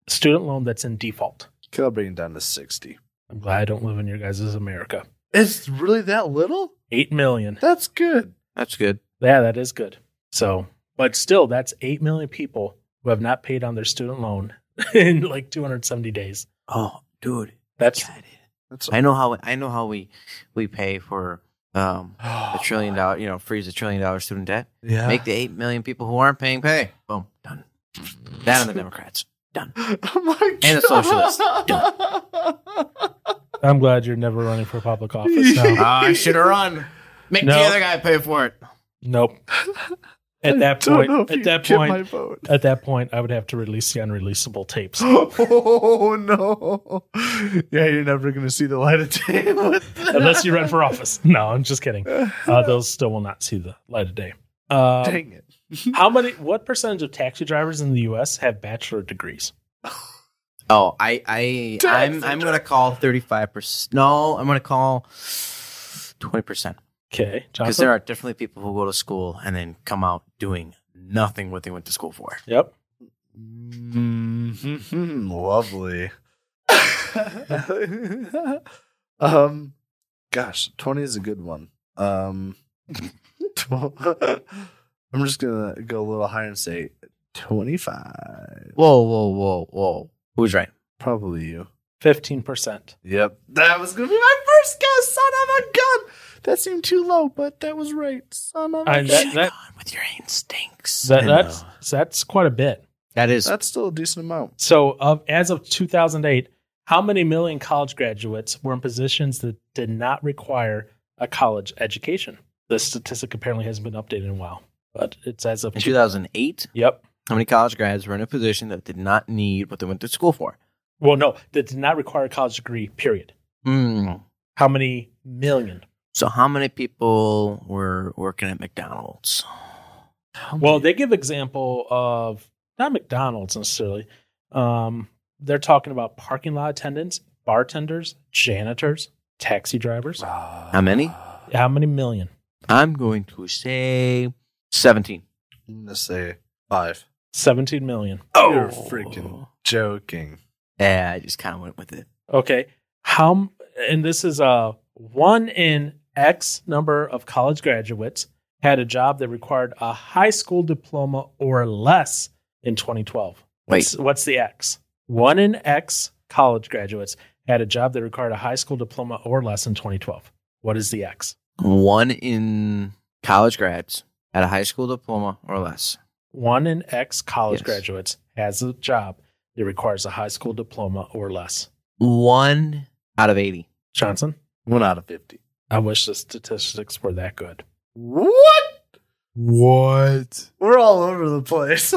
A: student loan that's in default?
B: Okay, I'll bring it down to 60.
A: I'm glad I don't live in your guys' America.
B: It's really that little?
A: 8 million.
B: That's good.
C: That's good.
A: Yeah, that is good. So, but still, that's 8 million people who have not paid on their student loan in like 270 days.
C: Oh, dude.
A: That's
C: God.
B: That's
C: I know how I know how we we pay for um a
B: a
C: trillion dollar, you know, freeze a trillion dollar student debt.
B: Yeah.
C: Make the 8 million people who aren't paying pay. Boom, done. That and the Democrats.
B: oh my
C: And a socialist.
A: I'm glad you're never running for public office now.
C: I should have run. Make
A: No.
C: the other guy pay for it.
A: nope. At that
B: Don't know if
A: point,
B: you
A: at that
B: get
A: point,
B: my vote.
A: at that point, I would have to release the unreleasable tapes.
B: Oh no! Yeah, you're never gonna see the light of day with that.
A: Unless you run for office. No, I'm just kidding. Uh, those still will not see the light of day. Uh,
B: Dang it!
A: how many? What percentage of taxi drivers in the U.S. have bachelor degrees?
C: Oh, I, I, I'm, I'm gonna call thirty-five percent. No, I'm gonna call twenty percent
A: Okay,
C: because
A: Johnson.
C: there are definitely people who go to school and then come out doing nothing what they went to school for.
A: yep.
B: Mhm, Lovely. um, gosh, twenty is a good one. Um, tw- I'm just gonna go a little higher and say twenty-five.
C: Whoa, whoa, whoa, whoa! Who's right?
B: Probably you.
A: Fifteen percent.
B: Yep, that was gonna be my first guess. Son of a gun! That seemed too low, but that was right. Son of a
A: I-
B: gun.
A: that-
C: Should've
A: that-
C: gone with your instincts.
A: That,
C: Oh I
A: that's
C: know.
A: that's quite a bit.
C: that is
B: That's still a decent amount.
A: So, of as of 2008, how many million college graduates were in positions that did not require a college education? This statistic apparently hasn't been updated in a while, but it's as of
C: in two thousand eight.
A: Yep.
C: How many college grads were in a position that did not need what they went to school for?
A: Well, no, that did not require a college degree, period.
C: Mm.
A: How many million?
C: So how many people were working at McDonald's? How
A: Well,
C: many-
A: they give example of not McDonald's necessarily. Um, they're talking about parking lot attendants, bartenders, janitors, taxi drivers.
C: how many?
A: How many million?
C: I'm going to say 17.
B: I'm gonna say five. Oh,
A: 17 million.
B: You're
C: Oh.
B: freaking joking.
C: Yeah, I just kind of went with it.
A: Okay. How m- and this is uh one in X number of college graduates had a job that required a high school diploma or less in 2012. What's, what's the X? One in X college graduates had a job that required a high school diploma or less in 2012. What is the X?
C: One in college grads at a high school diploma or less.
A: One in X college
C: Yes.
A: graduates has a job that requires a high school diploma or less.
C: One out of 80.
A: Johnson,
B: One out of fifty.
A: I wish the statistics were that good.
B: What?
D: What?
B: We're all over the place.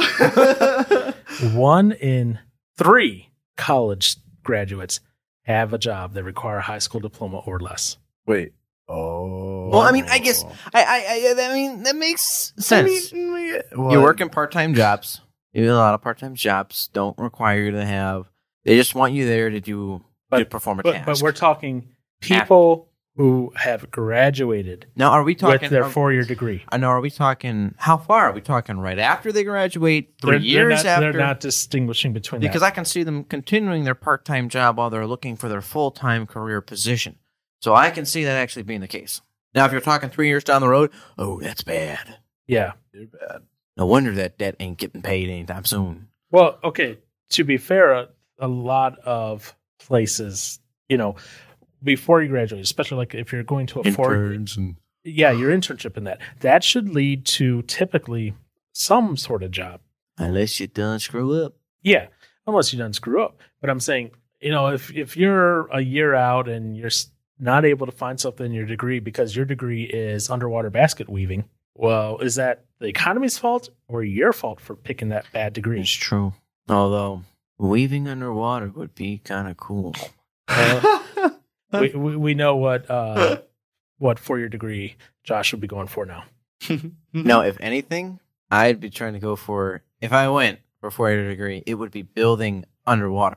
A: one in three college graduates have a job that require a high school diploma or less.
B: Wait. Oh.
C: Well, I mean, I guess- I, I, I, I mean, that makes sense. You're working part time jobs. You do a lot of part time jobs don't require you to have, they just want you there to do, to
A: But-
C: perform a
A: But,
C: task.
A: but we're talking people who have graduated
C: now, are we talking,
A: with their
C: are-
A: four year degree.
C: I know. Are we talking how far? Are we talking right after they graduate? 3
A: They're- they're
C: years
A: not,
C: after?
A: They're not distinguishing between
C: because
A: that.
C: I can see them continuing their part-time job while they're looking for their full-time career position. So I can see that actually being the case. Now, if you're talking three years down the road, oh, that's bad.
A: yeah.
B: You're bad.
C: No wonder that debt ain't getting paid anytime soon.
A: Well, okay. To be fair, a, a lot of places, you know, before you graduate, especially like if you're going to a four,
D: Interns and
A: yeah, your internship in that, that should lead to typically some sort of job.
C: Unless you done screw up.
A: Yeah, unless you don't screw up. But I'm saying, you know, if if you're a year out and you're s- not able to find something in your degree because your degree is underwater basket weaving, well, is that the economy's fault or your fault for picking that bad degree?
C: It's true. Although weaving underwater would be kind of cool.
A: we, we we know what uh, what four year degree Josh would be going for now.
C: No, if anything, I'd be trying to go for if I went for a four year degree, it would be building underwater.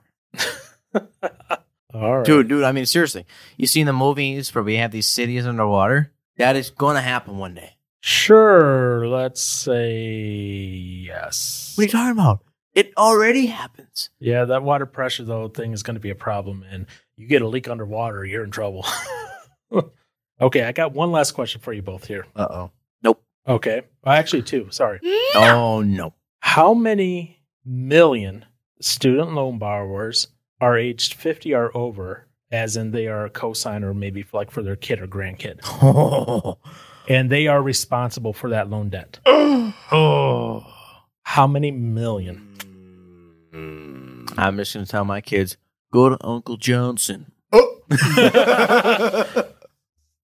A: All right,
C: Dude, dude, I mean seriously. You see in the movies where we have these cities underwater? That is gonna happen one day.
A: Sure, let's say yes.
C: What are you talking about? It already happens.
A: Yeah, that water pressure though thing is going to be a problem, and you get a leak underwater, you're in trouble. okay, I got one last question for you both here.
B: Uh oh.
A: Okay, well, actually two. Sorry.
C: Oh no.
A: How many million student loan borrowers are aged 50 or over, as in they are a cosigner, maybe like for their kid or grandkid, and they are responsible for that loan debt?
D: oh.
A: How many million?
C: I'm just gonna tell my kids, go to Uncle Johnson.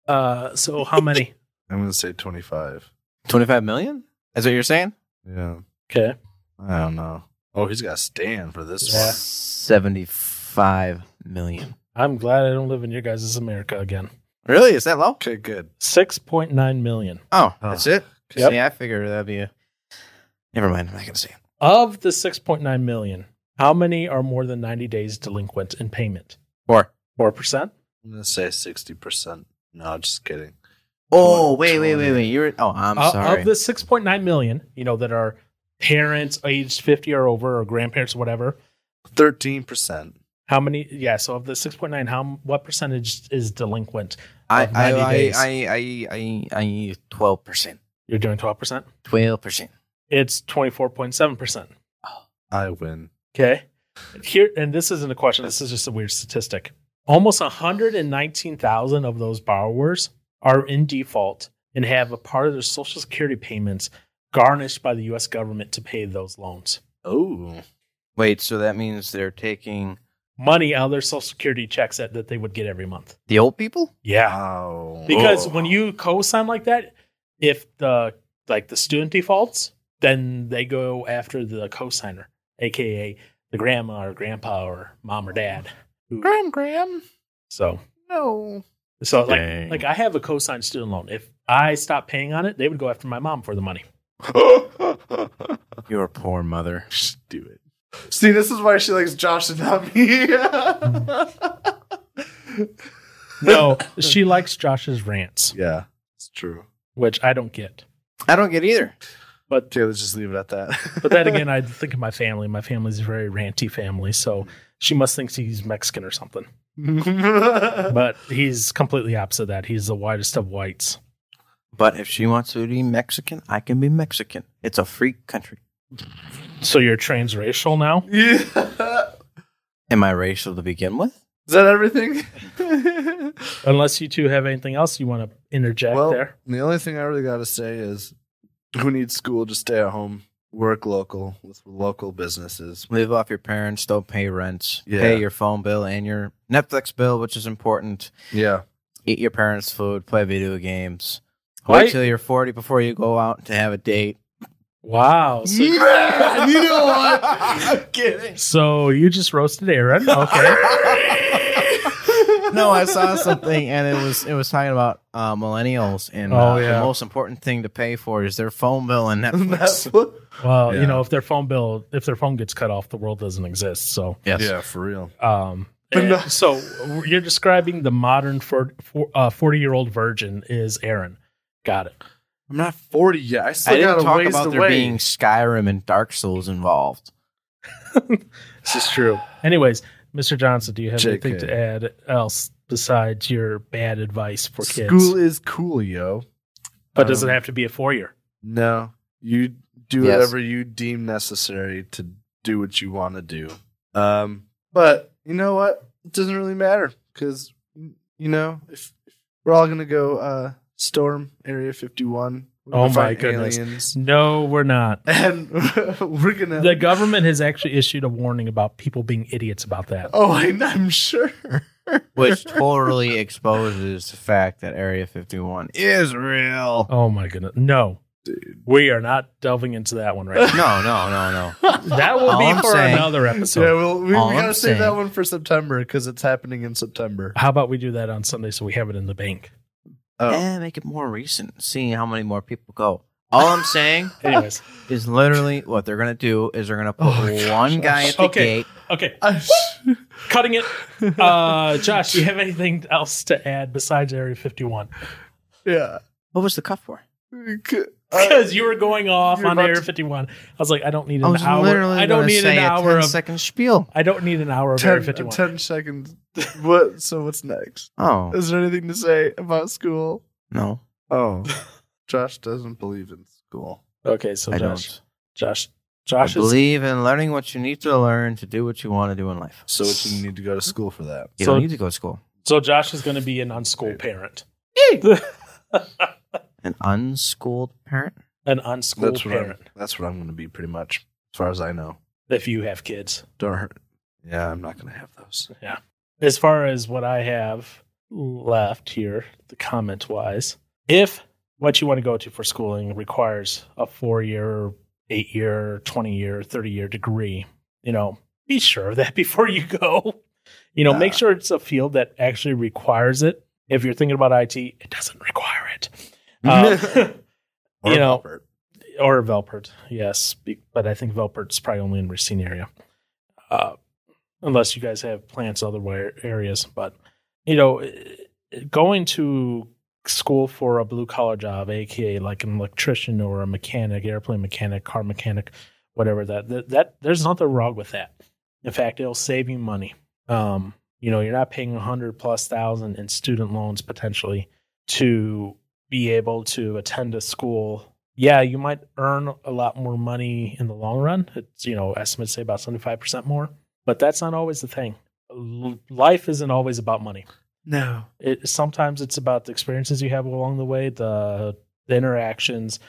A: Uh, so how many?
B: I'm gonna say twenty-five.
C: Twenty five million? That's what you're saying?
B: Yeah.
A: Okay,
B: I don't know. Oh, he's got Stan for this
A: Yeah.
C: Seventy five million.
A: I'm glad I don't live in your guys' America again.
C: Really? Is that low?
B: one. Okay, good.
A: 6.9 million.
C: Oh,
B: Oh.
C: that's it?
A: Yep.
C: Yeah, I figured that'd be a Never mind, I'm not gonna say it.
A: Of the 6.9 million, how many are more than 90 days delinquent in payment?
C: Four.
A: 4%?
B: I'm gonna say sixty percent. No, just kidding.
C: Oh,
B: Twen-
C: wait, wait, wait,
B: twenty.
C: wait. You're oh, I'm
A: Uh,
C: sorry.
A: Of the 6.9 million, you know, that are parents aged 50 or over or grandparents or whatever,
B: Thirteen percent.
A: how many? Yeah, so of the 6.9, how what percentage is delinquent?
C: I,
A: of 90 days.
C: I, I, I, I, I, twelve percent,
A: You're doing 12%?
C: twelve percent.
A: It's 24.7%.
B: I win.
A: Okay. Here, and this isn't a question. This is just a weird statistic. Almost 119,000 of those borrowers are in default and have a part of their Social Security payments garnished by the U.S. government to pay those loans.
B: Oh,
C: Wait, so that means they're taking
A: Money out of their Social Security checks that, that they would get every month.
C: the old people.
A: Yeah.
B: wow.
A: Because
B: Oh.
A: when you co sign like that, if the like the student defaults, then they go after the cosigner, aka the grandma or grandpa or mom or dad.
B: Graham, Graham,
A: So
B: no.
A: so like
D: Dang.
A: like I have a cosigned student loan. If I stopped paying on it, they would go after my mom for the money.
D: Your poor mother. Just do it.
B: See, this is why she likes Josh and not me.
A: No, she likes Josh's rants,
B: yeah, it's true.
A: which I don't get.
C: I don't get either.
B: Okay, let's just leave it at that.
A: But then again, I think of my family. My family's a very ranty family, so she must think he's Mexican or something. But he's completely opposite of that. He's the whitest of whites.
C: But if she wants to be Mexican, I can be Mexican. It's a free country.
A: So you're transracial now?
B: yeah.
C: Am I racial to begin with?
B: Is that everything?
A: Unless you two have anything else you want to interject
B: well,
A: there.
B: the only thing I really got to say is who needs school? Just stay at home, work local with local businesses.
C: Live off your parents, don't pay rent,
B: Yeah.
C: pay your phone bill and your Netflix bill, which is important.
B: Yeah.
C: Eat your parents' food, play video games.
A: Why-
C: Wait till you're 40 before you go out to have a date.
A: Wow. So,
B: Man, you know what? I'm kidding.
A: so you just roasted Aaron. Okay.
C: no, I saw something and it was it was talking about uh, millennials and uh,
A: Oh, yeah.
C: the most important thing to pay for is their phone bill and Netflix.
B: Netflix.
A: Well, you
B: Yeah.
A: know, if their phone bill, if their phone gets cut off, the world doesn't exist. So,
C: yes.
B: Yeah, for real.
A: um,
B: But
A: eh,
B: no-
A: so you're describing the modern for, for, uh, 40 year old virgin is Aaron. Got it.
B: I'm not 40 yet. I
C: I
B: still got
C: didn't
B: a
C: talk
B: ways
C: about
B: to
C: there
B: wait.
C: being Skyrim and Dark Souls involved.
A: This is true. Anyways, Mr. Johnson, do you have
B: JK.
A: anything to add else besides your bad advice for kids?
B: School is cool, yo.
A: but does it
B: um,
A: have to be a four year?
B: No, you do
C: Yes.
B: whatever you deem necessary to do what you want to do. Um, but you know what? It doesn't really matter because you know if, if we're all gonna go uh, storm Area Fifty One.
A: Oh my goodness.
B: Aliens,
A: No, we're not.
B: and we're gonna.
A: The government has actually issued a warning about people being idiots about that.
B: oh, I, I'm sure.
C: which totally exposes the fact that Area 51 is real.
A: Oh my goodness. No. We are not delving into that one right
C: No, no, no, no.
A: now. That will
C: All
A: be
C: I'm
A: for
C: saying-
A: another episode.
B: yeah, well, we, we
C: all I'm
B: gotta save that
C: saying-
B: one for September because it's happening in September.
A: How about we do that on Sunday so we have it in the bank?
B: Oh,
C: Eh, make it more recent, seeing how many more people go. All I'm saying
A: Anyways,
C: is literally what they're going to do is they're going to put
B: Oh my
C: one
B: gosh.
C: guy at the
A: Okay.
C: gate.
A: okay,
B: I-
A: cutting it. Uh, Josh, do you have anything else to add besides Area 51?
B: yeah.
C: What was the cuff for?
A: Because you were going off
B: You're
A: on
B: Uh, about
A: Area
B: to-
A: 51. I was like, I don't need
C: I
A: an
C: was
A: hour.
C: literally
A: I don't
C: gonna
A: need
C: say
A: an
C: a
A: hour
C: 10
A: of.
C: second spiel.
A: I don't need an hour of Area
B: 10,
A: 51.
B: 10 seconds. What? So what's next?
C: Oh,
B: Is there anything to say about school?
C: no,
B: Oh, Josh doesn't believe in school.
A: Okay, so
C: I
A: Josh,
C: don't.
A: Josh,
C: I
A: Josh is
C: believe in learning what you need to learn to do what you want to do in life.
B: So you need to go to school for that.
C: You
A: So-
C: don't need to go to school.
A: so Josh is going to be an unschooled parent,
C: An unschooled parent?
A: an unschooled
B: That's what I'm,
A: parent.
B: that's what I'm going to be pretty much, as far as I know.
A: If you have kids,
B: Don't hurt. Yeah, I'm not going to have those.
A: as far as what I have left here, the comment wise, if what you want to go to for schooling requires a four year, eight year, 20 year, 30 year degree, you know, be sure of that before you go. You know, make
B: Yeah.
A: sure it's a field that actually requires it. If you're thinking about IT, it doesn't require it. Um, You know,
B: Robert.
A: or Velpert, yes, be- but I think Velpert's probably only in Racine area, uh, unless you guys have plants other wa- areas. But you know, eh, going to school for a blue collar job, aka like an electrician or a mechanic, airplane mechanic, car mechanic, whatever that that, that there's nothing wrong with that. In fact, it'll save you money. Um, you know, you're not paying a hundred plus thousand in student loans potentially to be able to attend a school yeah you might earn a lot more money in the long run it's you know estimates say about 75% more but that's not always the thing L- life isn't always about money
B: no.
A: it sometimes it's about the experiences you have along the way the, the interactions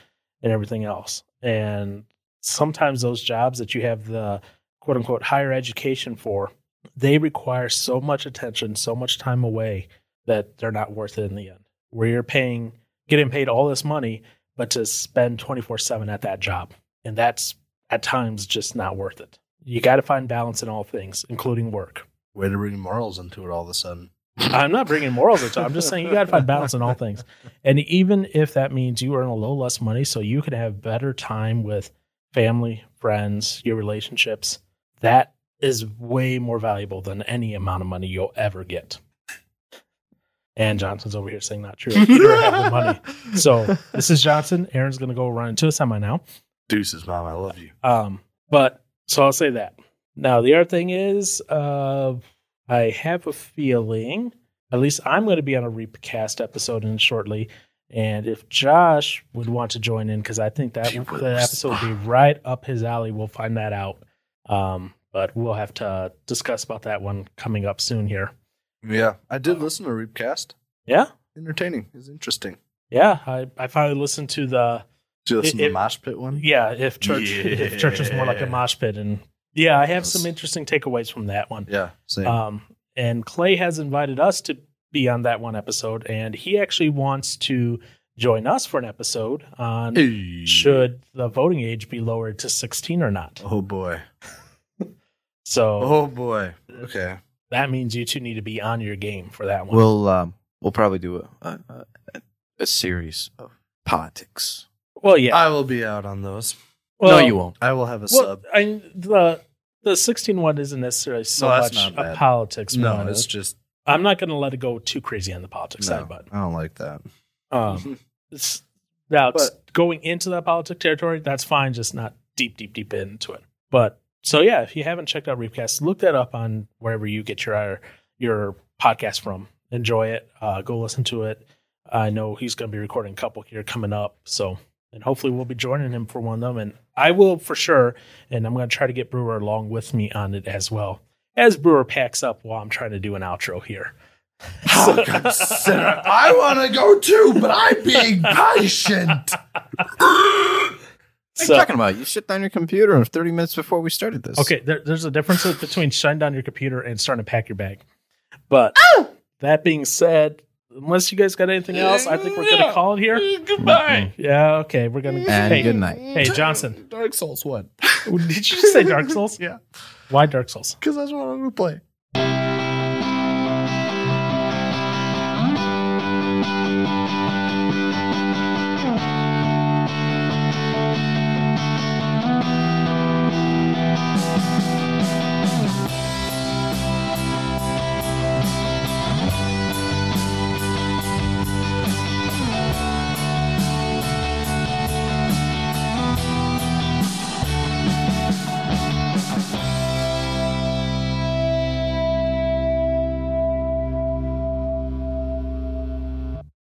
A: and everything else and sometimes those jobs that you have the quote unquote higher education for they require so much attention so much time away that they're not worth it in the end where you're paying getting paid all this money but to spend 24-7 at that job And that's at times just not worth it. You got to find balance in all things, including work.
B: Way to bring morals into it all of a sudden.
A: I'm not bringing morals into it. I'm just saying you got to find balance in all things. And even if that means you earn a little less money so you can have better time with family, friends, your relationships, that is way more valuable than any amount of money you'll ever get. And Johnson's over here saying not true. You don't have the money. So this is Johnson. Aaron's going to go run into a semi now.
B: Deuces, mom. I love you.
A: Um, but so I'll say that. Now the other thing is, uh, I have a feeling. At least I'm going to be on a repcast episode in shortly, and if Josh would want to join in, because I think that
B: He
A: that
B: would.
A: episode would be right up his alley. We'll find that out. Um, but we'll have to discuss about that one coming up soon here.
B: Yeah, I did
A: Uh-huh.
B: listen to Reapcast.
A: Yeah,
B: Entertaining. It's interesting.
A: yeah. I, I finally listened to the
B: Did you listen to
A: It-
B: the Mosh Pit one?
A: yeah. If church if church was more like a
D: Yeah.
A: mosh pit, and yeah, I have some interesting takeaways from that one.
B: Yeah, same.
A: Um, and Clay has invited us to be on that one episode, and he actually wants to join us for an episode on
D: Hey.
A: should the voting age be lowered to 16 or not.
D: Oh boy.
A: So
B: oh boy. Okay.
A: that means you two need to be on your game for that one.
C: We'll um, we'll probably do a a, a- a series of politics.
A: well, yeah.
B: I will be out on those.
A: Well,
C: no, you won't.
B: I will have a
A: Well,
B: sub.
A: I, the the 16 one isn't necessarily so
B: No, that's
A: much
B: not
A: a
B: bad.
A: politics
B: No,
A: one.
B: it's just
A: I'm not going to let it go too crazy on the politics
B: no,
A: side, but
B: I don't like that.
A: Um, it's, now, it's
B: But-
A: going into that politic territory, that's fine, just not deep, deep, deep into it. But so, yeah, if you haven't checked out Reapcast, look that up on wherever you get your uh, your podcast from. Enjoy it. Uh, go listen to it. I know he's going to be recording a couple here coming up, so and hopefully we'll be joining him for one of them. And I will for sure. And I'm going to try to get Brewer along with me on it as well. As Brewer packs up while I'm trying to do an outro here.
B: I want to go too, but I'm being patient.
C: What are you talking about? You shut down your computer 30 minutes before we started this.
A: Okay, there, there's a difference between shutting down your computer and starting to pack your bag. But that being said, unless you guys got anything else, I think we're going to call it here. Mm-hmm.
D: Goodbye.
A: Yeah, okay, we're going to.
C: And
A: Hey,
C: good night.
A: hey, Johnson,
B: Dark Souls 1.
A: did you just say Dark Souls?
B: Yeah.
A: Why Dark Souls?
B: Because that's what I'm going to play.